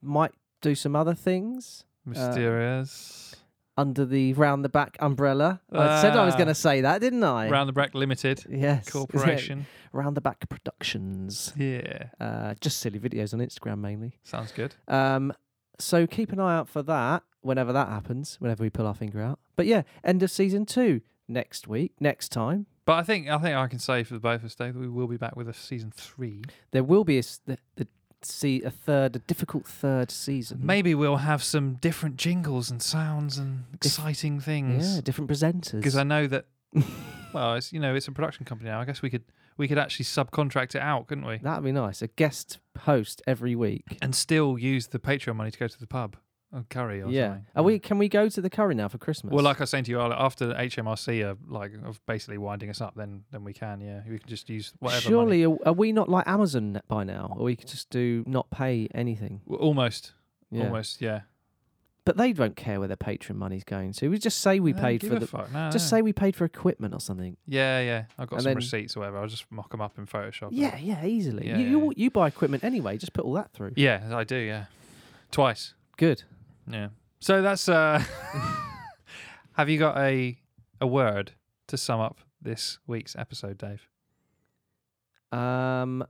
Speaker 2: might do some other things.
Speaker 1: Mysterious.
Speaker 2: under the round the back umbrella. I said I was
Speaker 1: Ah.
Speaker 2: going to say that, didn't I?
Speaker 1: Round the Brack Limited
Speaker 2: Uh, yes.
Speaker 1: Corporation.
Speaker 2: round the back productions.
Speaker 1: Yeah.
Speaker 2: Uh, just silly videos on Instagram mainly.
Speaker 1: Sounds good.
Speaker 2: Um, so keep an eye out for that whenever that happens, whenever we pull our finger out. But yeah, end of season two next week, next time.
Speaker 1: But I think I think I can say for the both of us, Dave, that we will be back with a season three.
Speaker 2: There will be a, s- the, the, see, a third, a difficult third season.
Speaker 1: Maybe we'll have some different jingles and sounds and exciting
Speaker 2: Yeah,
Speaker 1: things.
Speaker 2: different presenters.
Speaker 1: Because I know that. well, it's you know it's a production company now. I guess we could we could actually subcontract it out, couldn't we?
Speaker 2: That'd be nice. A guest host every week.
Speaker 1: And still use the Patreon money to go to the pub and curry or
Speaker 2: Yeah.
Speaker 1: something. Mm.
Speaker 2: Are we? Can we go to the curry now for Christmas?
Speaker 1: Well, like I was saying to you, Arlo, after HMRC are like of basically winding us up, then then we can, yeah, we can just use whatever. money.
Speaker 2: Surely, are, are we not like Amazon by now, or we could just do not pay anything?
Speaker 1: W- almost,
Speaker 2: Yeah.
Speaker 1: almost, yeah.
Speaker 2: But they don't care where their patron money's going to. We just say we
Speaker 1: Nah,
Speaker 2: paid
Speaker 1: Uh, give
Speaker 2: for
Speaker 1: a
Speaker 2: the.
Speaker 1: fuck. No,
Speaker 2: Just
Speaker 1: no.
Speaker 2: say we paid for equipment or something.
Speaker 1: Yeah, yeah. I've got
Speaker 2: And
Speaker 1: some
Speaker 2: then-
Speaker 1: receipts or whatever. I'll just mock them up in Photoshop. and-
Speaker 2: Yeah, yeah, easily.
Speaker 1: Yeah,
Speaker 2: you,
Speaker 1: yeah,
Speaker 2: you
Speaker 1: yeah.
Speaker 2: you buy equipment anyway. Just put all that through.
Speaker 1: Yeah, I do. Yeah, twice.
Speaker 2: Good.
Speaker 1: Yeah. So that's. uh Have you got a a word to sum up this week's episode, Dave?
Speaker 2: Um,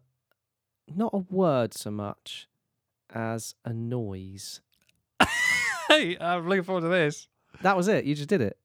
Speaker 2: not a word so much as a noise.
Speaker 1: hey, I'm looking forward to this.
Speaker 2: That was it. You just did it.